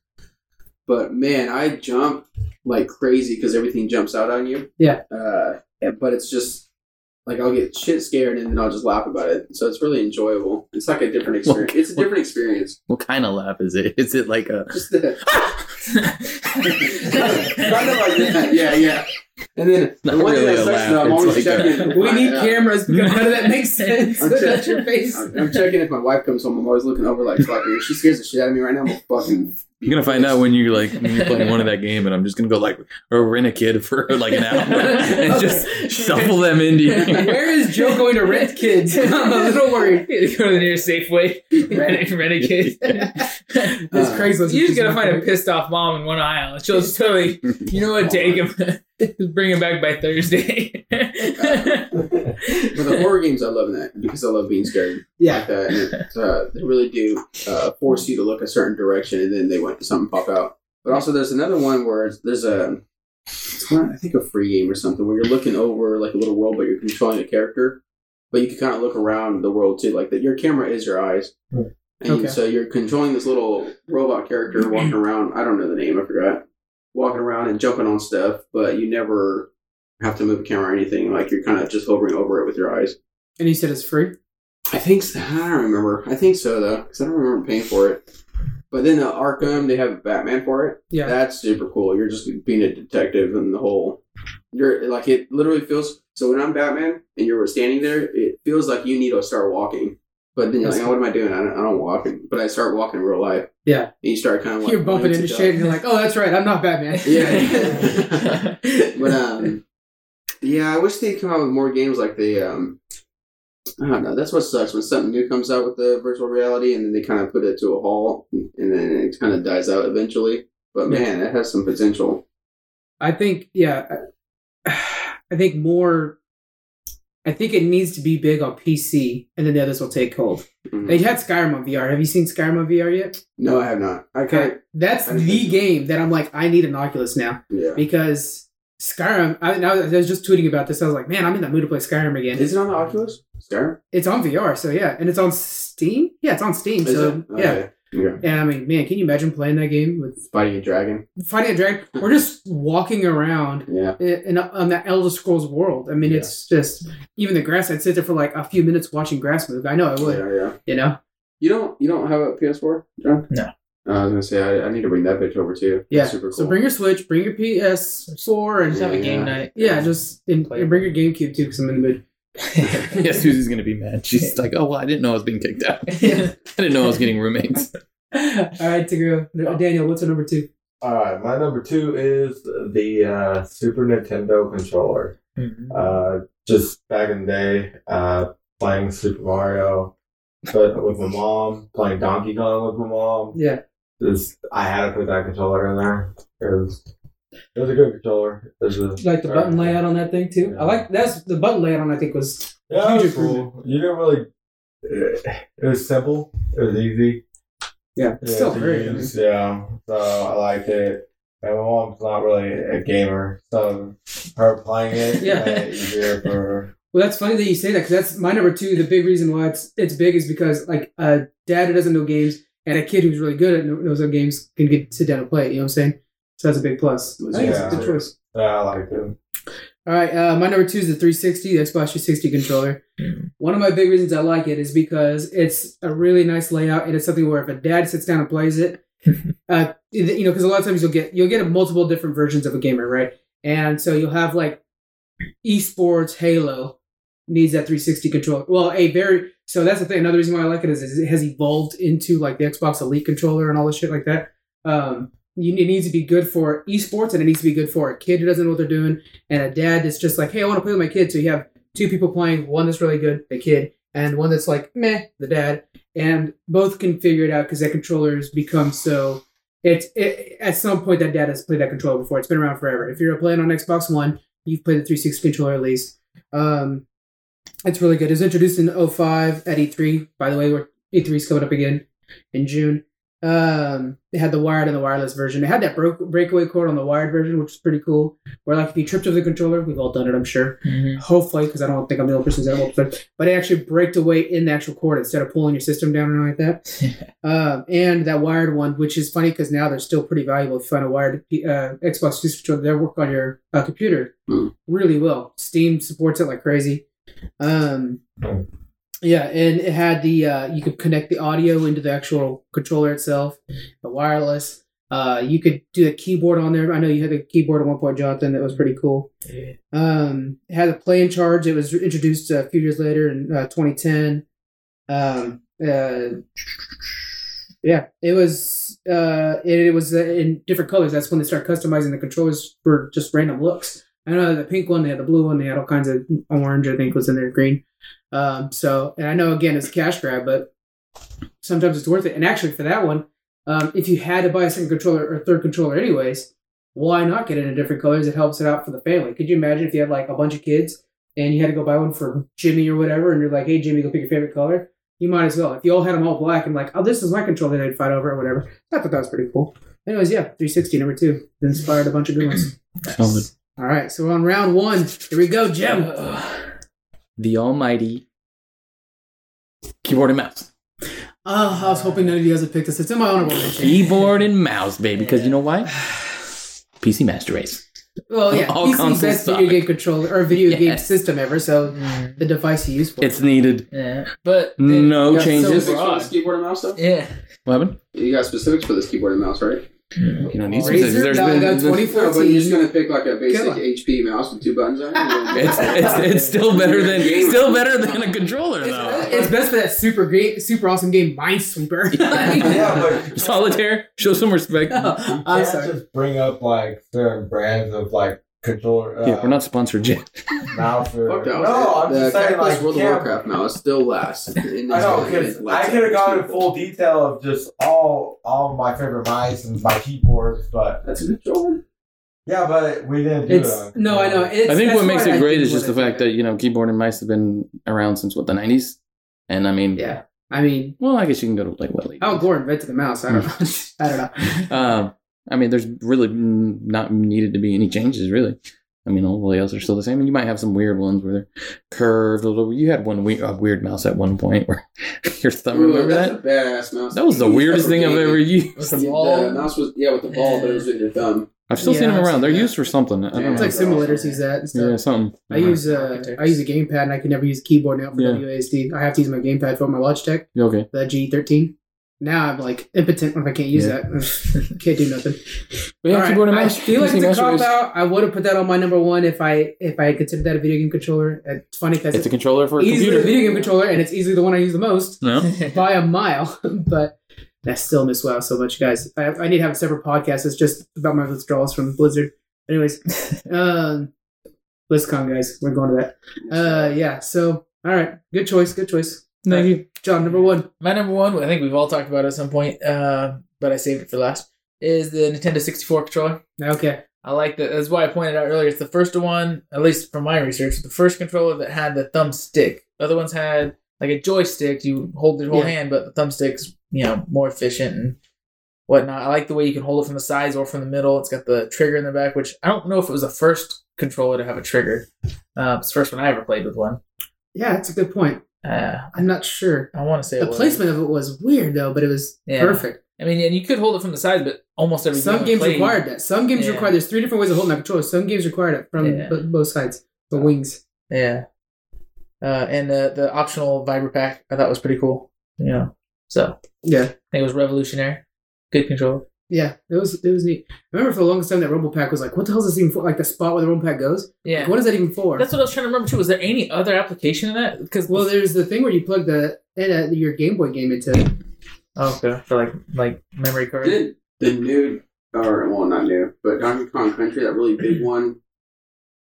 Speaker 4: But man, I jump like crazy because everything jumps out on you.
Speaker 1: Yeah.
Speaker 4: Uh, yeah, but it's just like I'll get shit scared and then I'll just laugh about it. So it's really enjoyable. It's like a different experience. It's a different experience.
Speaker 6: What kind of laugh is it? Is it like a?
Speaker 4: Just the, kind of like that. Yeah, yeah. And then
Speaker 6: Not
Speaker 4: the one
Speaker 6: really
Speaker 4: thing
Speaker 6: a
Speaker 4: that sucks though,
Speaker 6: laugh,
Speaker 4: I'm
Speaker 6: it's
Speaker 4: always
Speaker 6: like
Speaker 4: checking.
Speaker 1: We need
Speaker 4: Yeah.
Speaker 1: cameras because none of that makes sense.
Speaker 4: I'm
Speaker 1: That's your
Speaker 4: checking.
Speaker 1: face.
Speaker 4: I'm, I'm checking if my wife comes home. I'm always looking over like, fuck, if she scares the shit out of me right now, I'm gonna fucking.
Speaker 6: You're gonna find out when you're like when you're playing one of that game, and I'm just gonna go like or rent a kid for like an hour and just shuffle them into you.
Speaker 1: Where is Joe going to rent kids? I'm a little worried.
Speaker 5: Go to the nearest Safeway. Renegade. renegade.
Speaker 1: This
Speaker 4: Uh,
Speaker 1: Craigslist.
Speaker 5: you just gotta find a pissed off mom in one aisle. and She'll just totally, you know what, take him, just bring him back by Thursday.
Speaker 4: But the horror games, I love that because I love being scared.
Speaker 1: Yeah.
Speaker 4: Like that. And it, uh, they really do uh, force you to look a certain direction, and then they want something pop out. But also, there's another one where it's- there's a, it's one, I think a free game or something where you're looking over like a little world, but you're controlling a character. But you can kind of look around the world too, like that. Your camera is your eyes, and
Speaker 1: Okay.
Speaker 4: so you're controlling this little robot character walking around. I don't know the name, I forgot. Walking around and jumping on stuff, but you never have to move a camera or anything. Like you're kind of just hovering over it with your eyes.
Speaker 1: And you said it's free.
Speaker 4: I think so. I don't remember. I think so though, because I don't remember paying for it. But then the Arkham, they have Batman for it.
Speaker 1: Yeah.
Speaker 4: that's super cool. You're just being a detective and the whole. You're like it literally feels. So when I'm Batman and you're standing there, it feels like you need to start walking. But then you're like, oh, what am I doing? I don't, I don't walk. But I start walking in real life.
Speaker 1: Yeah.
Speaker 4: And you start kind of like
Speaker 1: You're bumping
Speaker 4: wanting
Speaker 1: into
Speaker 4: to
Speaker 1: shit, and
Speaker 4: duck.
Speaker 1: you're like, "Oh, that's right. I'm not Batman."
Speaker 4: Yeah. but um, yeah, I wish they'd come out with more games like they um. I don't know. That's what sucks when something new comes out with the virtual reality, and then they kind of put it to a halt, and then it kind of dies out eventually. But man, it has some potential.
Speaker 1: I think, yeah, I- I think more. I think it needs to be big on PC, and then the others will take hold.
Speaker 4: Mhm.
Speaker 1: They had Skyrim on VR. Have you seen Skyrim on VR yet?
Speaker 4: No, I have not. I kind
Speaker 1: Okay,
Speaker 4: of
Speaker 1: that's
Speaker 4: I didn't think
Speaker 1: the
Speaker 4: so.
Speaker 1: game that I'm like, I need an Oculus now
Speaker 4: yeah.
Speaker 1: because Skyrim. I, I was I was just tweeting about this. I was like, man, I'm in that mood to play Skyrim again.
Speaker 4: Is it on the Oculus? Skyrim?
Speaker 1: It's on VR, so yeah, and it's on Steam. Yeah, it's on Steam.
Speaker 4: Is
Speaker 1: so
Speaker 4: it?
Speaker 1: yeah.
Speaker 4: Okay. Yeah.
Speaker 1: And I mean, man, can you imagine playing that game with
Speaker 4: Fighting a dragon.
Speaker 1: fighting a dragon or just walking around
Speaker 4: Yeah.
Speaker 1: in, on that Elder Scrolls world. I mean,
Speaker 4: Yeah.
Speaker 1: it's just even the grass. I'd sit there for like a few minutes watching grass move. I know I would.
Speaker 4: Yeah, yeah.
Speaker 1: You know,
Speaker 4: You don't you don't have a PS4, John?
Speaker 5: No.
Speaker 4: Uh, I was gonna say I, I need to bring that bitch over too. That's
Speaker 1: yeah.
Speaker 4: super cool.
Speaker 1: So bring your Switch, bring your PS4, and
Speaker 5: Just
Speaker 1: yeah,
Speaker 5: have a game night.
Speaker 1: just and, and bring your GameCube too, because I'm in the mood.
Speaker 6: Yeah, Susie's gonna be mad. She's like, oh well, I didn't know I was being kicked out. I didn't know I was getting roommates.
Speaker 1: All right, to go.
Speaker 4: Oh.
Speaker 1: No, Daniel, what's our number two?
Speaker 3: All right, my number two is the uh, Super Nintendo controller. uh, just back in the day, uh, playing Super Mario, but with my mom, playing Donkey Kong with my mom.
Speaker 1: Yeah,
Speaker 3: This I had to put that controller in there. It was, it was a good controller. It was a,
Speaker 1: You like the button layout on that thing too.
Speaker 3: Yeah.
Speaker 1: I like that's the button layout on. I think was
Speaker 3: Yeah, it
Speaker 1: Huge
Speaker 3: was cool. You didn't really. It, it was simple. It was easy.
Speaker 1: yeah, it's
Speaker 3: Yeah,
Speaker 1: still
Speaker 3: to
Speaker 1: very
Speaker 3: use, Yeah, so I liked it. And my mom's not really a gamer, so her playing it
Speaker 1: Yeah.
Speaker 3: made it easier for her.
Speaker 1: Well, that's funny that you say that because that's my number two. The big reason why it's it's big is because like a dad who doesn't know games and a kid who's really good at kno- knows those games can get sit down and play it. You know what I'm saying? So that's a big plus. I think it's a
Speaker 3: Yeah.
Speaker 1: good choice.
Speaker 3: Yeah, I liked it.
Speaker 1: All right, uh, my number two is the 360, the Xbox 360 controller. One of my big reasons I like it is because it's a really nice layout, and it's something where if a dad sits down and plays it, uh, you know, because a lot of times you'll get you'll get multiple different versions of a gamer, right? And so you'll have like esports, Halo, needs that 360 controller. Well, a very so that's the thing. Another reason why I like it is, is it has evolved into like the Xbox Elite controller and all this shit like that. Um, you, it needs to be good for esports and it needs to be good for a kid who doesn't know what they're doing and a dad that's just like, hey, I want to play with my kid. So you have two people playing, one that's really good, the kid, and one that's like meh, the dad, and both can figure it out because that controller's become so. It's it, at some point that dad has played that controller before. It's been around forever. If you're playing on Xbox One, you've played the 360 controller at least. Um, it's really good. It was introduced in 05 at E3. By the way, we're, E3's coming up again in June. Um, it had the wired and the wireless version. It had that broke, breakaway cord on the wired version, which is pretty cool. Where like if you tripped over the controller, we've all done it, I'm sure. Hopefully, because I don't think I'm the only person who's ever done it. But it actually braked away in the actual cord instead of pulling your system down or anything like that. um, and that wired one, which is funny because now they're still pretty valuable. If you find a wired uh, Xbox controller, they work on your uh, computer
Speaker 4: Hmm.
Speaker 1: really well. Steam supports it like crazy. Um, yeah, and it had the uh, you could connect the audio into the actual controller itself, the wireless. Uh, you could do a keyboard on there. I know you had a keyboard at one point, Jonathan. That was pretty cool. Um, it had a play and charge. It was introduced a few years later in uh, 2010. Um, uh, yeah, it was. Uh, it, it was uh, in different colors. That's when they start customizing the controllers for just random looks. I know the pink one, they had the blue one, they had all kinds of orange. I think was in there, green. Um, so, and I know again it's a cash grab, but sometimes it's worth it. And actually, for that one, um, if you had to buy a second controller or third controller, anyways, why not get it in different colors? It helps it out for the family. Could you imagine if you had like a bunch of kids and you had to go buy one for Jimmy or whatever, and you're like, hey, Jimmy, go pick your favorite color? You might as well. If you all had them all black and like, oh, this is my controller that I'd fight over or whatever. I thought that was pretty cool. Anyways, yeah, 360 number two. It inspired a bunch of good ones.
Speaker 6: Solid.
Speaker 1: All right, so we're on round one. Here we go, Jim.
Speaker 6: The almighty keyboard and mouse.
Speaker 1: Oh, I was hoping none of you guys would pick this. It's in my honorable mention.
Speaker 6: Keyboard and mouse, baby. Because you know why? PC Master Race.
Speaker 1: Well, yeah,
Speaker 6: All
Speaker 1: PC's
Speaker 6: consoles
Speaker 1: best
Speaker 6: suck.
Speaker 1: video game controller or video game
Speaker 6: Yes.
Speaker 1: system ever. So the device you use for
Speaker 6: It's needed.
Speaker 5: Yeah. But it-
Speaker 6: No
Speaker 5: yeah, so
Speaker 6: changes.
Speaker 5: broad.
Speaker 4: Specifics for this keyboard and mouse stuff?
Speaker 5: yeah.
Speaker 6: What happened?
Speaker 4: You got specifics for this keyboard and mouse, right?
Speaker 6: You know,
Speaker 1: it. Razer, no, I got
Speaker 4: No, but you're
Speaker 1: 2014.
Speaker 4: just gonna pick like a basic
Speaker 1: Come on.
Speaker 4: HP mouse with two buttons on it. and
Speaker 6: It's,
Speaker 4: then-
Speaker 6: it's, it's still better than still better than a controller
Speaker 3: uh,
Speaker 6: though.
Speaker 1: It's best for that super great, super awesome game, Minesweeper.
Speaker 3: yeah, but you
Speaker 6: Solitaire. Show some respect.
Speaker 1: No, I'm
Speaker 3: can't
Speaker 1: sorry.
Speaker 3: just bring up like certain brands of like controller. Uh,
Speaker 6: Yeah, we're not sponsored yet.
Speaker 3: mouse or-
Speaker 4: Fuck that.
Speaker 3: No, I'm
Speaker 4: the
Speaker 3: just saying
Speaker 4: Cactus
Speaker 3: like
Speaker 4: World of
Speaker 3: can't-
Speaker 4: Warcraft mouse still lasts. In
Speaker 3: I
Speaker 4: this
Speaker 3: know,
Speaker 4: game.
Speaker 3: because
Speaker 4: It
Speaker 3: I
Speaker 4: lasts
Speaker 3: could have gone in
Speaker 4: until-
Speaker 3: full detail of just all all my favorite mice and my keyboards, but
Speaker 4: That's a controller.
Speaker 3: yeah, but we didn't do
Speaker 1: It's
Speaker 3: that.
Speaker 1: no, I know. It's,
Speaker 6: I think
Speaker 1: that's
Speaker 6: what makes
Speaker 1: why I
Speaker 6: it great
Speaker 1: think
Speaker 6: is just the
Speaker 1: what it-
Speaker 6: fact that you know keyboard and mice have been around since what the nineties, and I mean,
Speaker 1: Yeah, I mean,
Speaker 6: Well, I guess you can go to like what? late
Speaker 1: Al Gore invented the mouse. Oh, I don't know. I don't know.
Speaker 6: Um, I mean, there's really mm, not needed to be any changes, really. I mean, all the else are still the same. And you might have some weird ones where they're curved a little. You had one we- a weird mouse at one point where your thumb.
Speaker 4: Ooh,
Speaker 6: remember
Speaker 4: that's
Speaker 6: that?
Speaker 4: a badass mouse.
Speaker 6: That was the weirdest thing I've ever used.
Speaker 5: With
Speaker 4: The,
Speaker 5: the ball.
Speaker 4: mouse was yeah with the ball, but it was with your thumb.
Speaker 6: I've still seen
Speaker 1: Yeah,
Speaker 6: them
Speaker 1: I've
Speaker 6: around.
Speaker 1: seen
Speaker 6: They're
Speaker 4: that.
Speaker 6: used for something. I
Speaker 4: Yeah.
Speaker 6: don't
Speaker 1: It's like
Speaker 6: know.
Speaker 1: simulators use that and stuff.
Speaker 6: Yeah, something.
Speaker 1: I use uh, I
Speaker 5: Architects.
Speaker 1: use a gamepad and I can never use a keyboard now for
Speaker 6: Yeah.
Speaker 1: WASD. I have to use my gamepad for my Logitech,
Speaker 6: Okay.
Speaker 1: the G13. Now I'm like impotent if I can't use
Speaker 6: Yeah.
Speaker 1: that. can't do nothing.
Speaker 6: But yeah,
Speaker 1: All right,
Speaker 6: keyboard and
Speaker 1: I
Speaker 6: mouse.
Speaker 1: feel like
Speaker 6: PC
Speaker 1: it's a
Speaker 6: Master
Speaker 1: cop
Speaker 6: Race.
Speaker 1: out. I would have put that on my number one if I if I had considered that a video game controller. It's funny because
Speaker 6: It's
Speaker 1: it's,
Speaker 6: a controller for a
Speaker 1: easily a
Speaker 6: computer.
Speaker 1: video game controller and it's easily the one I use the most
Speaker 6: No.
Speaker 1: by a mile. but I still miss WoW so much, guys. I, I need to have a separate podcast. It's just about my withdrawals from Blizzard. Anyways, um, BlizzCon, guys, we're going to that. Uh, yeah. So, all right, good choice. Good choice.
Speaker 5: Thank you.
Speaker 1: John, number one.
Speaker 5: My number one, I think we've all talked about it at some point, uh, but I saved it for last, is the Nintendo 64 controller.
Speaker 1: Okay.
Speaker 5: I like that. That's why I pointed out earlier. It's the first one, at least from my research, the first controller that had the thumb stick. Other ones had like a joystick. You hold your whole
Speaker 1: Yeah.
Speaker 5: hand, but the thumbstick's you know more efficient and whatnot. I like the way you can hold it from the sides or from the middle. It's got the trigger in the back, which I don't know if it was the first controller to have a trigger. Uh, it's the first one I ever played with one.
Speaker 1: Yeah, that's a good point.
Speaker 5: Uh,
Speaker 1: I'm not sure.
Speaker 5: I want to say
Speaker 1: The
Speaker 5: it was.
Speaker 1: placement of it was weird though, but it was
Speaker 5: Yeah.
Speaker 1: perfect.
Speaker 5: I mean, and you could hold it from the sides, but almost every
Speaker 1: Some
Speaker 5: game I
Speaker 1: games
Speaker 5: played-
Speaker 1: required that. Some games
Speaker 5: Yeah.
Speaker 1: require. There's three different ways of holding that controller. Some games required it from
Speaker 5: Yeah.
Speaker 1: bo- both sides, the wings.
Speaker 5: Yeah. Uh, and the the optional Viber pack I thought was pretty cool. You know, so I
Speaker 1: Yeah.
Speaker 5: think it was revolutionary. Good control.
Speaker 1: Yeah, it was it was neat. I remember for the longest time that rumble pack was like, what the hell is this even for? Like the spot where the rumble pack goes.
Speaker 5: Yeah.
Speaker 1: What is that even for?
Speaker 5: That's what I was trying to remember too. Was there any other application of that? Because
Speaker 1: well, there's the thing where you plug the uh, your Game Boy game into. it.
Speaker 5: oh, okay, for like like memory card.
Speaker 4: Did the new, or well, not new, but Donkey Kong Country, that really big one?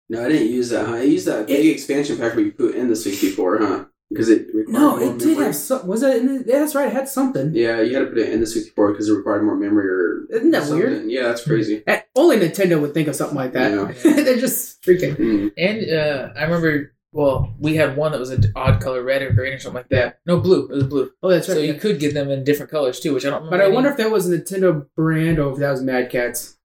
Speaker 4: No, I didn't use that. Huh? I used that big expansion pack where you put in the 64, huh? Because it required
Speaker 1: No,
Speaker 4: more
Speaker 1: it did
Speaker 4: memory.
Speaker 1: have some. Was that? In the, yeah, that's right. It had something.
Speaker 4: Yeah, you had to put it in the 64 because it required more memory or.
Speaker 1: Isn't that weird?
Speaker 4: something. Yeah, that's crazy.
Speaker 1: Eh, Only Nintendo would think of something like that. They're just freaking.
Speaker 4: Mm.
Speaker 5: And uh, I remember, well, we had one that was an odd color, red or green or something like that. No, blue. It was blue.
Speaker 1: Oh, that's right.
Speaker 5: so
Speaker 1: yeah.
Speaker 5: you could get them in different colors too, which I don't.
Speaker 1: But I
Speaker 5: remember
Speaker 1: wonder if that was a Nintendo brand or if that was Mad Cat's.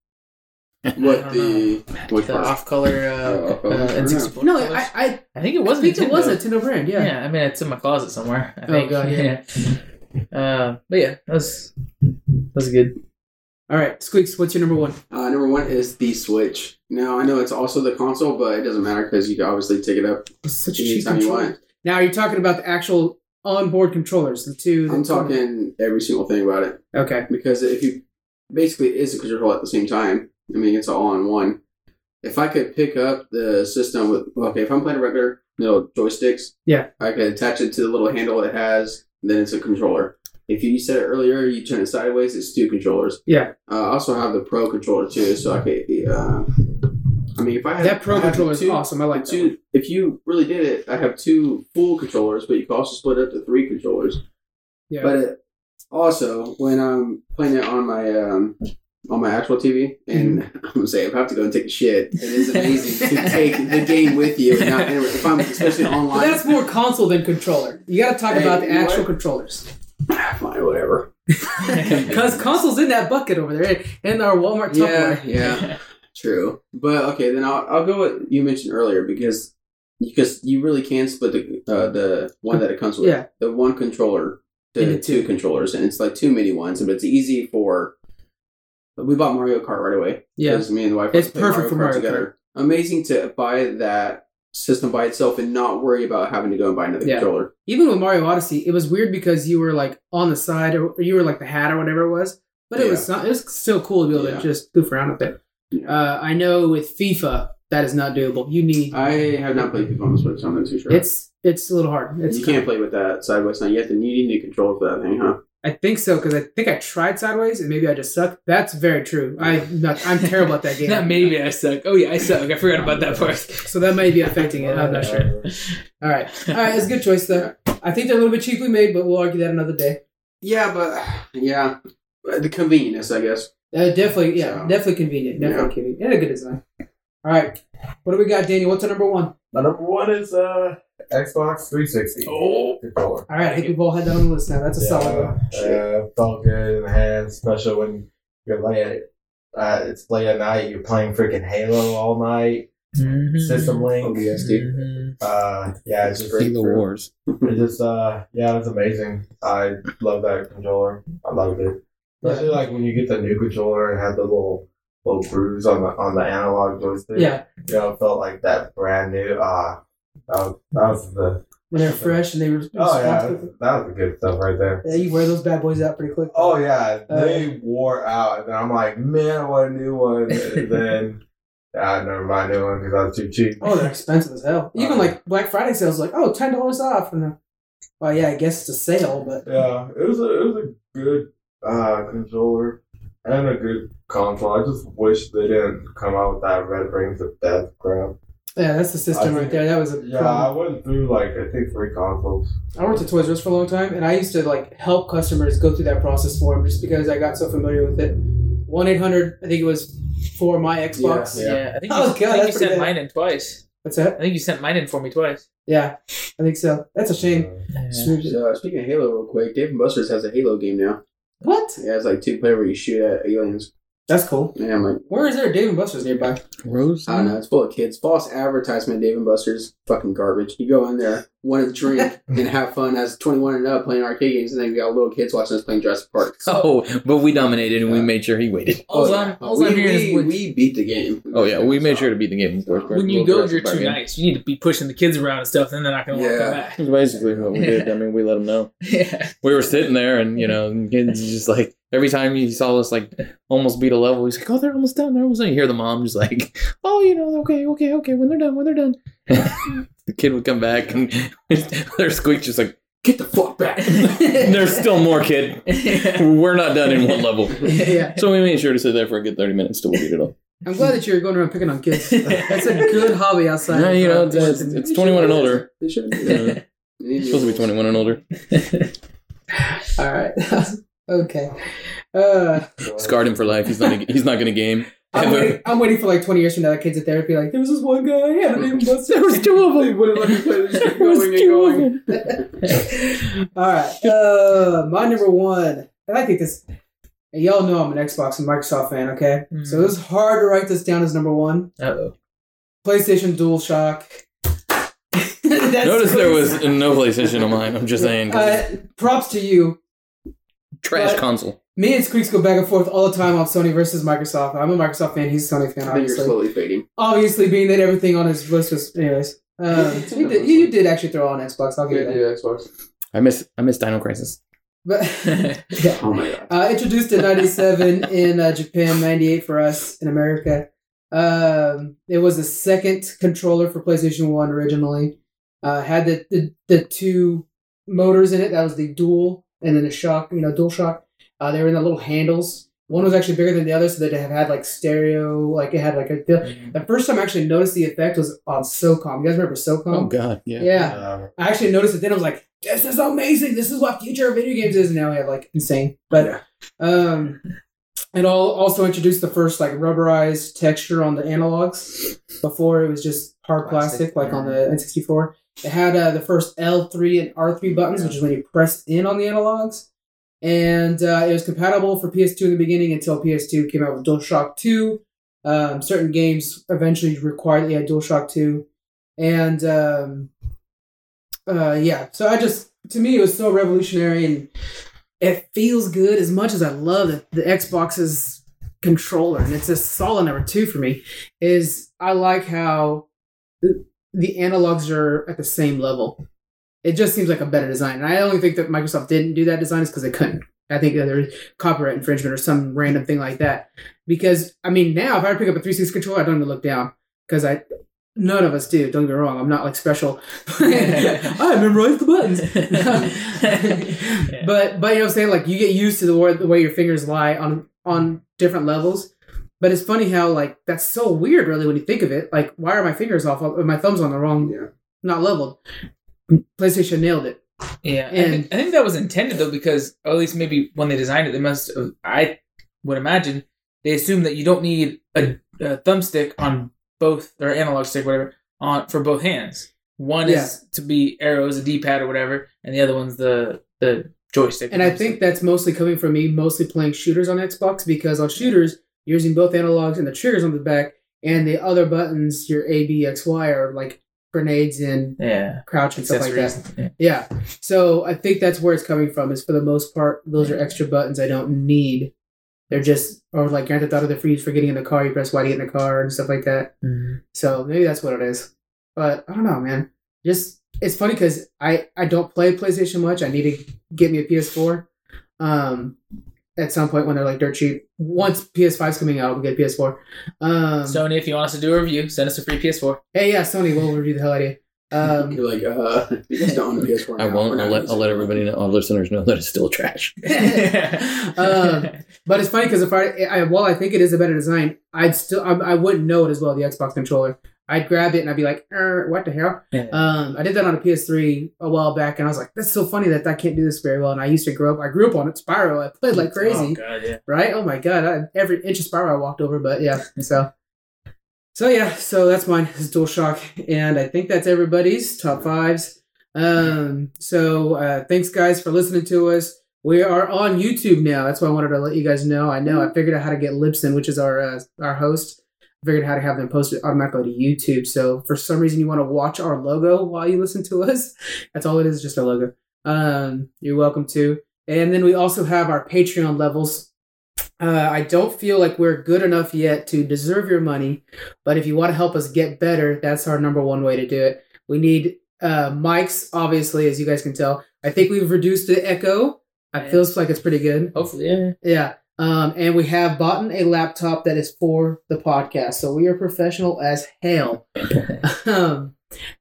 Speaker 4: What the.
Speaker 5: any-
Speaker 4: Which
Speaker 5: the
Speaker 4: part?
Speaker 5: off color uh,
Speaker 4: Oh, oh,
Speaker 5: uh,
Speaker 4: I don't
Speaker 5: N64
Speaker 1: No,
Speaker 5: colors.
Speaker 1: I, I,
Speaker 5: I think it
Speaker 1: I
Speaker 5: was.
Speaker 1: think
Speaker 5: Nintendo.
Speaker 1: it was a Nintendo brand.
Speaker 5: Yeah.
Speaker 1: Yeah.
Speaker 5: I mean it's in my closet somewhere. I
Speaker 1: Oh,
Speaker 5: think.
Speaker 1: God, yeah.
Speaker 5: yeah. Uh, but yeah, that was that was good.
Speaker 1: All right, Squeaks. What's your number one?
Speaker 4: Uh, number one is the Switch. Now, I know it's also the console, but it doesn't matter because you can obviously take it up
Speaker 1: It's such a cheap
Speaker 4: anytime you
Speaker 1: controller.
Speaker 4: want.
Speaker 1: Now, are you talking about the actual onboard controllers? The two.
Speaker 4: I'm
Speaker 1: the-
Speaker 4: talking every single thing about it.
Speaker 1: Okay.
Speaker 4: because if you basically it is a control at the same time. I mean, it's all in one. If I could pick up the system with okay, if I'm playing regular little joysticks,
Speaker 1: Yeah.
Speaker 4: I could attach it to the little handle it has. Then it's a controller. If you said it earlier, you turn it sideways. It's two controllers.
Speaker 1: Yeah.
Speaker 4: Uh, I also have the Pro controller too, so I could. Uh, I mean, if I had
Speaker 1: That pro
Speaker 4: I had
Speaker 1: controller is
Speaker 4: two-
Speaker 1: awesome. I like that. one.
Speaker 4: two, if you really did it, I have two full controllers, but you could also split it up to three controllers.
Speaker 1: Yeah.
Speaker 4: But it, also, when I'm playing it on my um, on my actual TV, and
Speaker 1: Mm-hmm.
Speaker 4: I'm gonna say if I have to go and take a shit, it is amazing to take the game with you. And not, inter- if I'm especially
Speaker 1: But
Speaker 4: online,
Speaker 1: that's more console than controller. You got to talk
Speaker 4: Hey,
Speaker 1: about the
Speaker 4: you know
Speaker 1: actual
Speaker 4: what?
Speaker 1: controllers.
Speaker 4: fine, whatever.
Speaker 1: Because console's in that bucket over there in our Walmart
Speaker 4: Yeah,
Speaker 1: Tupperware.
Speaker 4: yeah, true. But okay, then I'll, I'll go with you mentioned earlier because because you really can split the uh, the one that it comes with
Speaker 1: Yeah.
Speaker 4: the one controller
Speaker 1: Into
Speaker 4: to two controllers, and it's like two mini ones, but it's easy for. We bought Mario Kart right away.
Speaker 1: Yeah.
Speaker 4: Because me and the wife
Speaker 1: It's
Speaker 4: play
Speaker 1: perfect for Mario
Speaker 4: Amazing to buy that system by itself and not worry about having to go and buy another
Speaker 1: Yeah.
Speaker 4: controller.
Speaker 1: Even with Mario Odyssey, it was weird because you were like on the side or, or you were like the hat or whatever it was. But it was not, it was still cool to be able
Speaker 4: Yeah.
Speaker 1: to just goof around with it.
Speaker 4: Yeah.
Speaker 1: Uh, I know with FIFA that is not doable. You need
Speaker 4: I have not played FIFA on the Switch, so I'm not too sure.
Speaker 1: it's it's a little hard. It's
Speaker 4: you can't play with that sideways now. You have to need a new controller for that thing, huh?
Speaker 1: I think so because I think I tried sideways and maybe I just suck. That's very true. I not, I'm terrible at that game.
Speaker 5: Not maybe I suck. Oh yeah, I suck. I forgot about that part.
Speaker 1: So that may be affecting it. I'm not sure. All right, all right. It's a good choice though. I think they're a little bit cheaply made, but we'll argue that another day.
Speaker 4: Yeah, but yeah, But the convenience, I guess.
Speaker 1: Uh, definitely, yeah,
Speaker 4: So-
Speaker 1: definitely convenient. Definitely
Speaker 4: Yeah.
Speaker 1: convenient. And a good design. All right, what do we got, Daniel? What's our number one?
Speaker 3: My number one is uh, Xbox 360
Speaker 5: Oh,
Speaker 3: controller.
Speaker 1: All right, I think we've all had that on the list now. That's a solid one.
Speaker 3: Yeah, it's all good in the hand, especially when you're late. Uh, it's late at night. You're playing freaking Halo all night.
Speaker 5: Mm-hmm.
Speaker 1: Mm-hmm.
Speaker 3: System link.
Speaker 4: OBS, dude.
Speaker 3: Uh, yeah, it's just
Speaker 6: Halo Wars.
Speaker 3: It just uh, yeah, it's amazing. I love that controller. I loved it. Especially like when you get the new controller and have the little little grooves on the on the analog joystick.
Speaker 1: Yeah,
Speaker 3: you know, it felt like that brand new. Ah, that was, that was the
Speaker 1: when they're fresh and they were.
Speaker 3: oh yeah, that was the good stuff right there.
Speaker 1: Yeah, you wear those bad boys out pretty quick.
Speaker 3: Oh yeah, they wore out, and I'm like, man, I want a new one. And then I never mind new one because I was too cheap.
Speaker 1: Oh, they're expensive as hell.
Speaker 3: Oh,
Speaker 1: Even like Black Friday sales, like oh, ten dollars off, and then, well, yeah, I guess it's a sale, but
Speaker 3: Yeah, it was a it was a good uh, controller and a good console. I just wish they didn't come out with that Red Rings of Death crap.
Speaker 1: yeah, that's the system right
Speaker 3: I think-
Speaker 1: there. That was a
Speaker 3: Yeah, I
Speaker 1: problem.
Speaker 3: went through like I think three consoles.
Speaker 1: I worked at Toys R Us for a long time, and I used to like help customers go through that process for them just because I got so familiar with it. One eight hundred, I think it was for my Xbox.
Speaker 5: Yeah. I think you,
Speaker 1: Oh,
Speaker 5: I
Speaker 1: God,
Speaker 5: think
Speaker 1: that's
Speaker 5: you
Speaker 1: pretty
Speaker 5: sent
Speaker 1: good.
Speaker 5: mine in twice.
Speaker 1: What's
Speaker 5: I
Speaker 1: that?
Speaker 5: think you sent mine in for me twice.
Speaker 1: Yeah, I think so. That's a shame.
Speaker 4: So, uh, speaking of Halo, real quick, Dave and Buster's has a Halo game now.
Speaker 1: What?
Speaker 4: Yeah, it's like two player where you shoot at aliens.
Speaker 1: That's cool.
Speaker 4: And I'm like,
Speaker 1: Where is there a Dave and Buster's nearby?
Speaker 6: Rose?
Speaker 4: I don't know. It's full of kids. False advertisement. Dave and Buster's fucking garbage. You go in there, want to drink and have fun as twenty one and up playing arcade games, and then you got little kids watching us playing Jurassic Park.
Speaker 6: Oh, but we dominated and we made sure he waited.
Speaker 5: All
Speaker 4: Oh,
Speaker 5: I'm,
Speaker 4: yeah.
Speaker 5: all
Speaker 4: we,
Speaker 5: I'm hearing
Speaker 4: we,
Speaker 5: is when,
Speaker 4: we beat the game.
Speaker 6: Oh yeah, we made sure to beat the game, of course.
Speaker 5: when you go, you're too nice. You need to be pushing the kids around and stuff, and they're not going to
Speaker 4: Yeah.
Speaker 5: want to come back.
Speaker 6: That's basically what we did. I mean, we let them know.
Speaker 5: yeah.
Speaker 6: We were sitting there, and you know, and kids just like Every time he saw us like almost beat a level, he's like, "Oh, they're almost done. They're almost done." You hear the mom just like, "Oh, you know, okay, okay, okay. When they're done, when they're done." the kid would come back and their squeak just like,
Speaker 5: Get the fuck back.
Speaker 6: "There's still more, kid. We're not done in one level."
Speaker 1: yeah.
Speaker 6: So we made sure to sit there for a good thirty minutes till we beat it all.
Speaker 1: I'm glad that you're going around picking on kids. That's a good hobby outside.
Speaker 6: Yeah,
Speaker 1: of,
Speaker 6: you
Speaker 1: uh,
Speaker 6: know, it's, it's, it's twenty-one and older.
Speaker 4: They should have done
Speaker 6: Uh,
Speaker 4: that. They need
Speaker 6: it's supposed to be twenty-one and older.
Speaker 1: All right. okay. Uh,
Speaker 6: Scarred him for life. He's not. A, he's not going to game.
Speaker 1: I'm,
Speaker 6: Ever.
Speaker 1: waiting, I'm waiting for like 20 years from now. that Kids at therapy, like there was this one guy. Yeah,
Speaker 6: There was two of
Speaker 4: They wouldn't let me play this game
Speaker 6: There was
Speaker 4: going and
Speaker 6: two of
Speaker 4: going.
Speaker 6: them.
Speaker 1: All right. Uh, my number one, and I think this. and y'all know I'm an Xbox and Microsoft fan, okay?
Speaker 6: Mm-hmm.
Speaker 1: So it's hard to write this down as number one.
Speaker 5: Uh-oh.
Speaker 1: PlayStation DualShock. That's-
Speaker 6: Notice there was no PlayStation on mine. I'm just saying. 'cause it's
Speaker 1: Uh, props to you.
Speaker 6: trash
Speaker 1: but-
Speaker 6: console.
Speaker 1: Me and Squeaks go back and forth all the time on Sony versus Microsoft. I'm a Microsoft fan. He's a Sony fan,
Speaker 4: I think you're
Speaker 1: obviously.
Speaker 4: slowly fading.
Speaker 1: Obviously, being that everything on his list was, anyways. Um, you, did, you, you did actually throw on Xbox. I'll give you
Speaker 4: Yeah,
Speaker 1: that.
Speaker 4: yeah, Xbox.
Speaker 6: I miss. I miss Dino Crisis.
Speaker 1: But yeah.
Speaker 4: Oh my god.
Speaker 1: Uh, introduced in 97 in uh, Japan, 98 for us in America. Um, it was the second controller for PlayStation 1 originally. Uh, had the, the, the two motors in it. That was the dual and then the shock, you know, dual shock. Uh, they were in the little handles. One was actually bigger than the other, so they'd have had like stereo, like it had like a. The first time I actually noticed the effect was on SOCOM. You guys remember SOCOM?
Speaker 6: Oh God. Yeah.
Speaker 1: yeah.
Speaker 3: Uh,
Speaker 1: I actually noticed it then. I was like, this is amazing. This is what future of video games is. And now we have like insane. But um, it all also introduced the first like rubberized texture on the analogs. Before it was just hard plastic,
Speaker 5: Plastic,
Speaker 1: like on the N64. It had uh, the first L3 and R3 buttons, which is when you press in on the analogs. And uh, it was compatible for PS2 in the beginning until PS2 came out with DualShock 2. Um, certain games eventually required that you had DualShock 2. And um, uh yeah so i just to me it was so revolutionary and it feels good as much as i love the, the xbox's controller and it's a solid number two for me is i like how the, the analogs are at the same level it just seems like a better design and i only think that microsoft didn't do that design is because they couldn't i think that there's copyright infringement or some random thing like that because i mean now if i were to pick up a 360 controller i don't even look down because i none of us do don't get me wrong i'm not like special I memorized the buttons.
Speaker 5: Yeah.
Speaker 1: But but you know what I'm saying? Like you get used to the way, the way your fingers lie on on different levels. But it's funny how like that's so weird really when you think of it. Like why are my fingers off? My thumbs on the wrong
Speaker 4: Yeah.
Speaker 1: not leveled. PlayStation nailed it.
Speaker 5: Yeah, I,
Speaker 1: And-
Speaker 5: think, I think that was intended though, because or at least maybe when they designed it, they must. Have, I would imagine they assume that you don't need a, a thumbstick on both or analog stick, whatever, on for both hands. One is to be arrows, a D pad or whatever, and the other one's the the joystick.
Speaker 1: And I think that's mostly coming from me mostly playing shooters on Xbox because on shooters you're using both analogs and the triggers on the back and the other buttons your A B X Y are like grenades and
Speaker 5: yeah,
Speaker 1: crouch and stuff like that.
Speaker 5: accessories. Yeah.
Speaker 1: Yeah. So I think that's where it's coming from. Is for the most part, those are extra buttons I don't need. They're just or like Grand Theft Auto, they're for you for getting in the car. You press Y to get in the car and stuff like that. So maybe that's what it is. But I don't know, man. Just it's funny because I I don't play PlayStation much. I need to get me a PS4. Um, at some point when they're like dirt cheap. Once PS5's coming out, we'll get a PS4. Um,
Speaker 5: Sony, if you want us to do a review, send us a free PS4.
Speaker 1: hey, yeah, Sony, we'll review the hell out of you. Um,
Speaker 4: You're like, uh, you guys don't own a PS4.
Speaker 6: I
Speaker 4: now.
Speaker 6: won't.
Speaker 4: We're
Speaker 6: I'll
Speaker 4: not
Speaker 6: let, I'll let
Speaker 4: using it.
Speaker 6: everybody know, all listeners know that it's still trash.
Speaker 1: Um, But it's funny because if I, I while I think it is a better design, I'd still I, I wouldn't know it as well the Xbox controller. I'd grab it and I'd be like, er, what the hell?
Speaker 5: Yeah.
Speaker 1: Um, I did that on a PS3 a while back, and I was like, that's so funny that I can't do this very well. And I used to grow up, I grew up on it, Spyro. I played like
Speaker 5: Oh,
Speaker 1: crazy,
Speaker 5: God, yeah.
Speaker 1: right? Oh my god, I, every inch of Spyro I walked over. But yeah, so so yeah, so that's mine. It's DualShock, and I think that's everybody's top fives. Um, so uh, thanks guys for listening to us. We are on YouTube now. That's why I wanted to let you guys know. I know I figured out how to get Libsyn, which is our uh, our host. I figured out how to have them posted automatically to YouTube. So if for some reason you want to watch our logo while you listen to us, that's all it is, just a logo. Um, you're welcome to. And then we also have our Patreon levels. Uh, I don't feel like we're good enough yet to deserve your money, but if you want to help us get better, that's our number one way to do it. We need uh, mics, obviously, as you guys can tell. I think we've reduced the echo It feels like it's pretty good.
Speaker 5: Hopefully, yeah.
Speaker 1: Yeah. Um, and we have bought a laptop that is for the podcast. So we are professional as hell. um,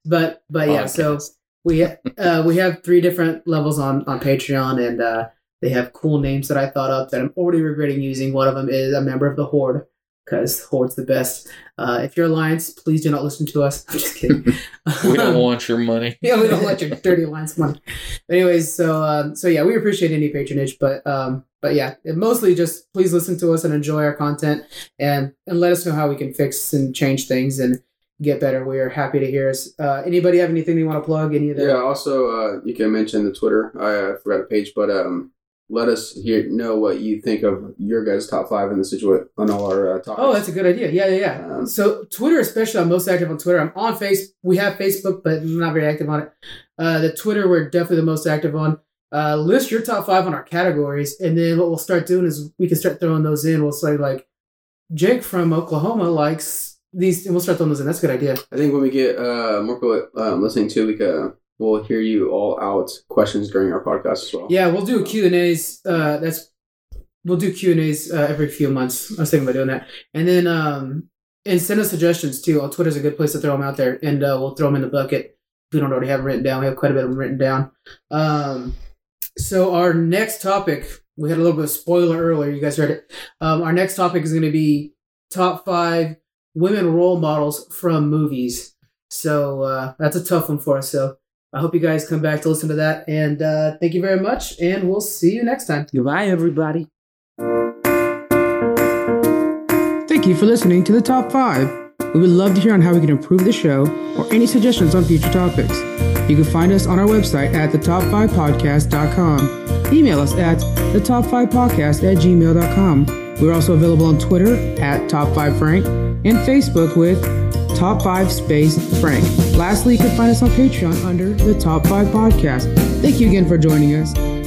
Speaker 1: but but yeah, so we uh, we have three different levels on on Patreon and uh, they have cool names that I thought up that I'm already regretting using. One of them is a member of the Horde because Horde's the best. Uh, if you're Alliance, please do not listen to us. I'm just kidding.
Speaker 6: We don't want your money.
Speaker 1: yeah, we don't let your dirty lines money. Anyways, so um, so yeah, we appreciate any patronage, but um, but yeah, and mostly just please listen to us and enjoy our content, and and let us know how we can fix and change things and get better. We are happy to hear us. Uh, anybody have anything they want to plug? Any of the
Speaker 4: Yeah. Also, uh, you can mention the Twitter. I uh, forgot a page, but um, let us hear know what you think of your guys' top five in the situation on all our uh, topics.
Speaker 1: Oh, that's a good idea. Yeah, yeah, yeah.
Speaker 4: Um,
Speaker 1: So Twitter, especially, I'm most active on Twitter. I'm on Face. We have Facebook, but I'm not very active on it. Uh, the Twitter, we're definitely the most active on. Uh, list your top five on our categories, and then what we'll start doing is we can start throwing those in. We'll say like, Jake from Oklahoma likes these, and we'll start throwing those in. That's a good idea.
Speaker 4: I think when we get uh, more people um, listening to, we can, we'll hear you all out questions during our podcast as well.
Speaker 1: Yeah, we'll do Q and A's. Uh, that's we'll do Q and A's uh, every few months. I was thinking about doing that, and then um, and send us suggestions too. On Twitter's a good place to throw them out there, and uh, we'll throw them in the bucket. If we don't already have them written down, we have quite a bit of them written down. Um, so our next topic, we had a little bit of spoiler earlier. You guys heard it. Um, our next topic is going to be top five women role models from movies. So uh, that's a tough one for us. So I hope you guys come back to listen to that. And uh, thank you very much. And we'll see you next time.
Speaker 6: Goodbye, everybody.
Speaker 7: Thank you for listening to the top five. We would love to hear on how we can improve the show or any suggestions on future topics. You can find us on our website at thetop5podcast.com. Email us at thetop5podcast at gmail.com. We're also available on Twitter at top5frank and Facebook with top 5 space frank. Lastly, you can find us on Patreon under the top 5 podcast. Thank you again for joining us.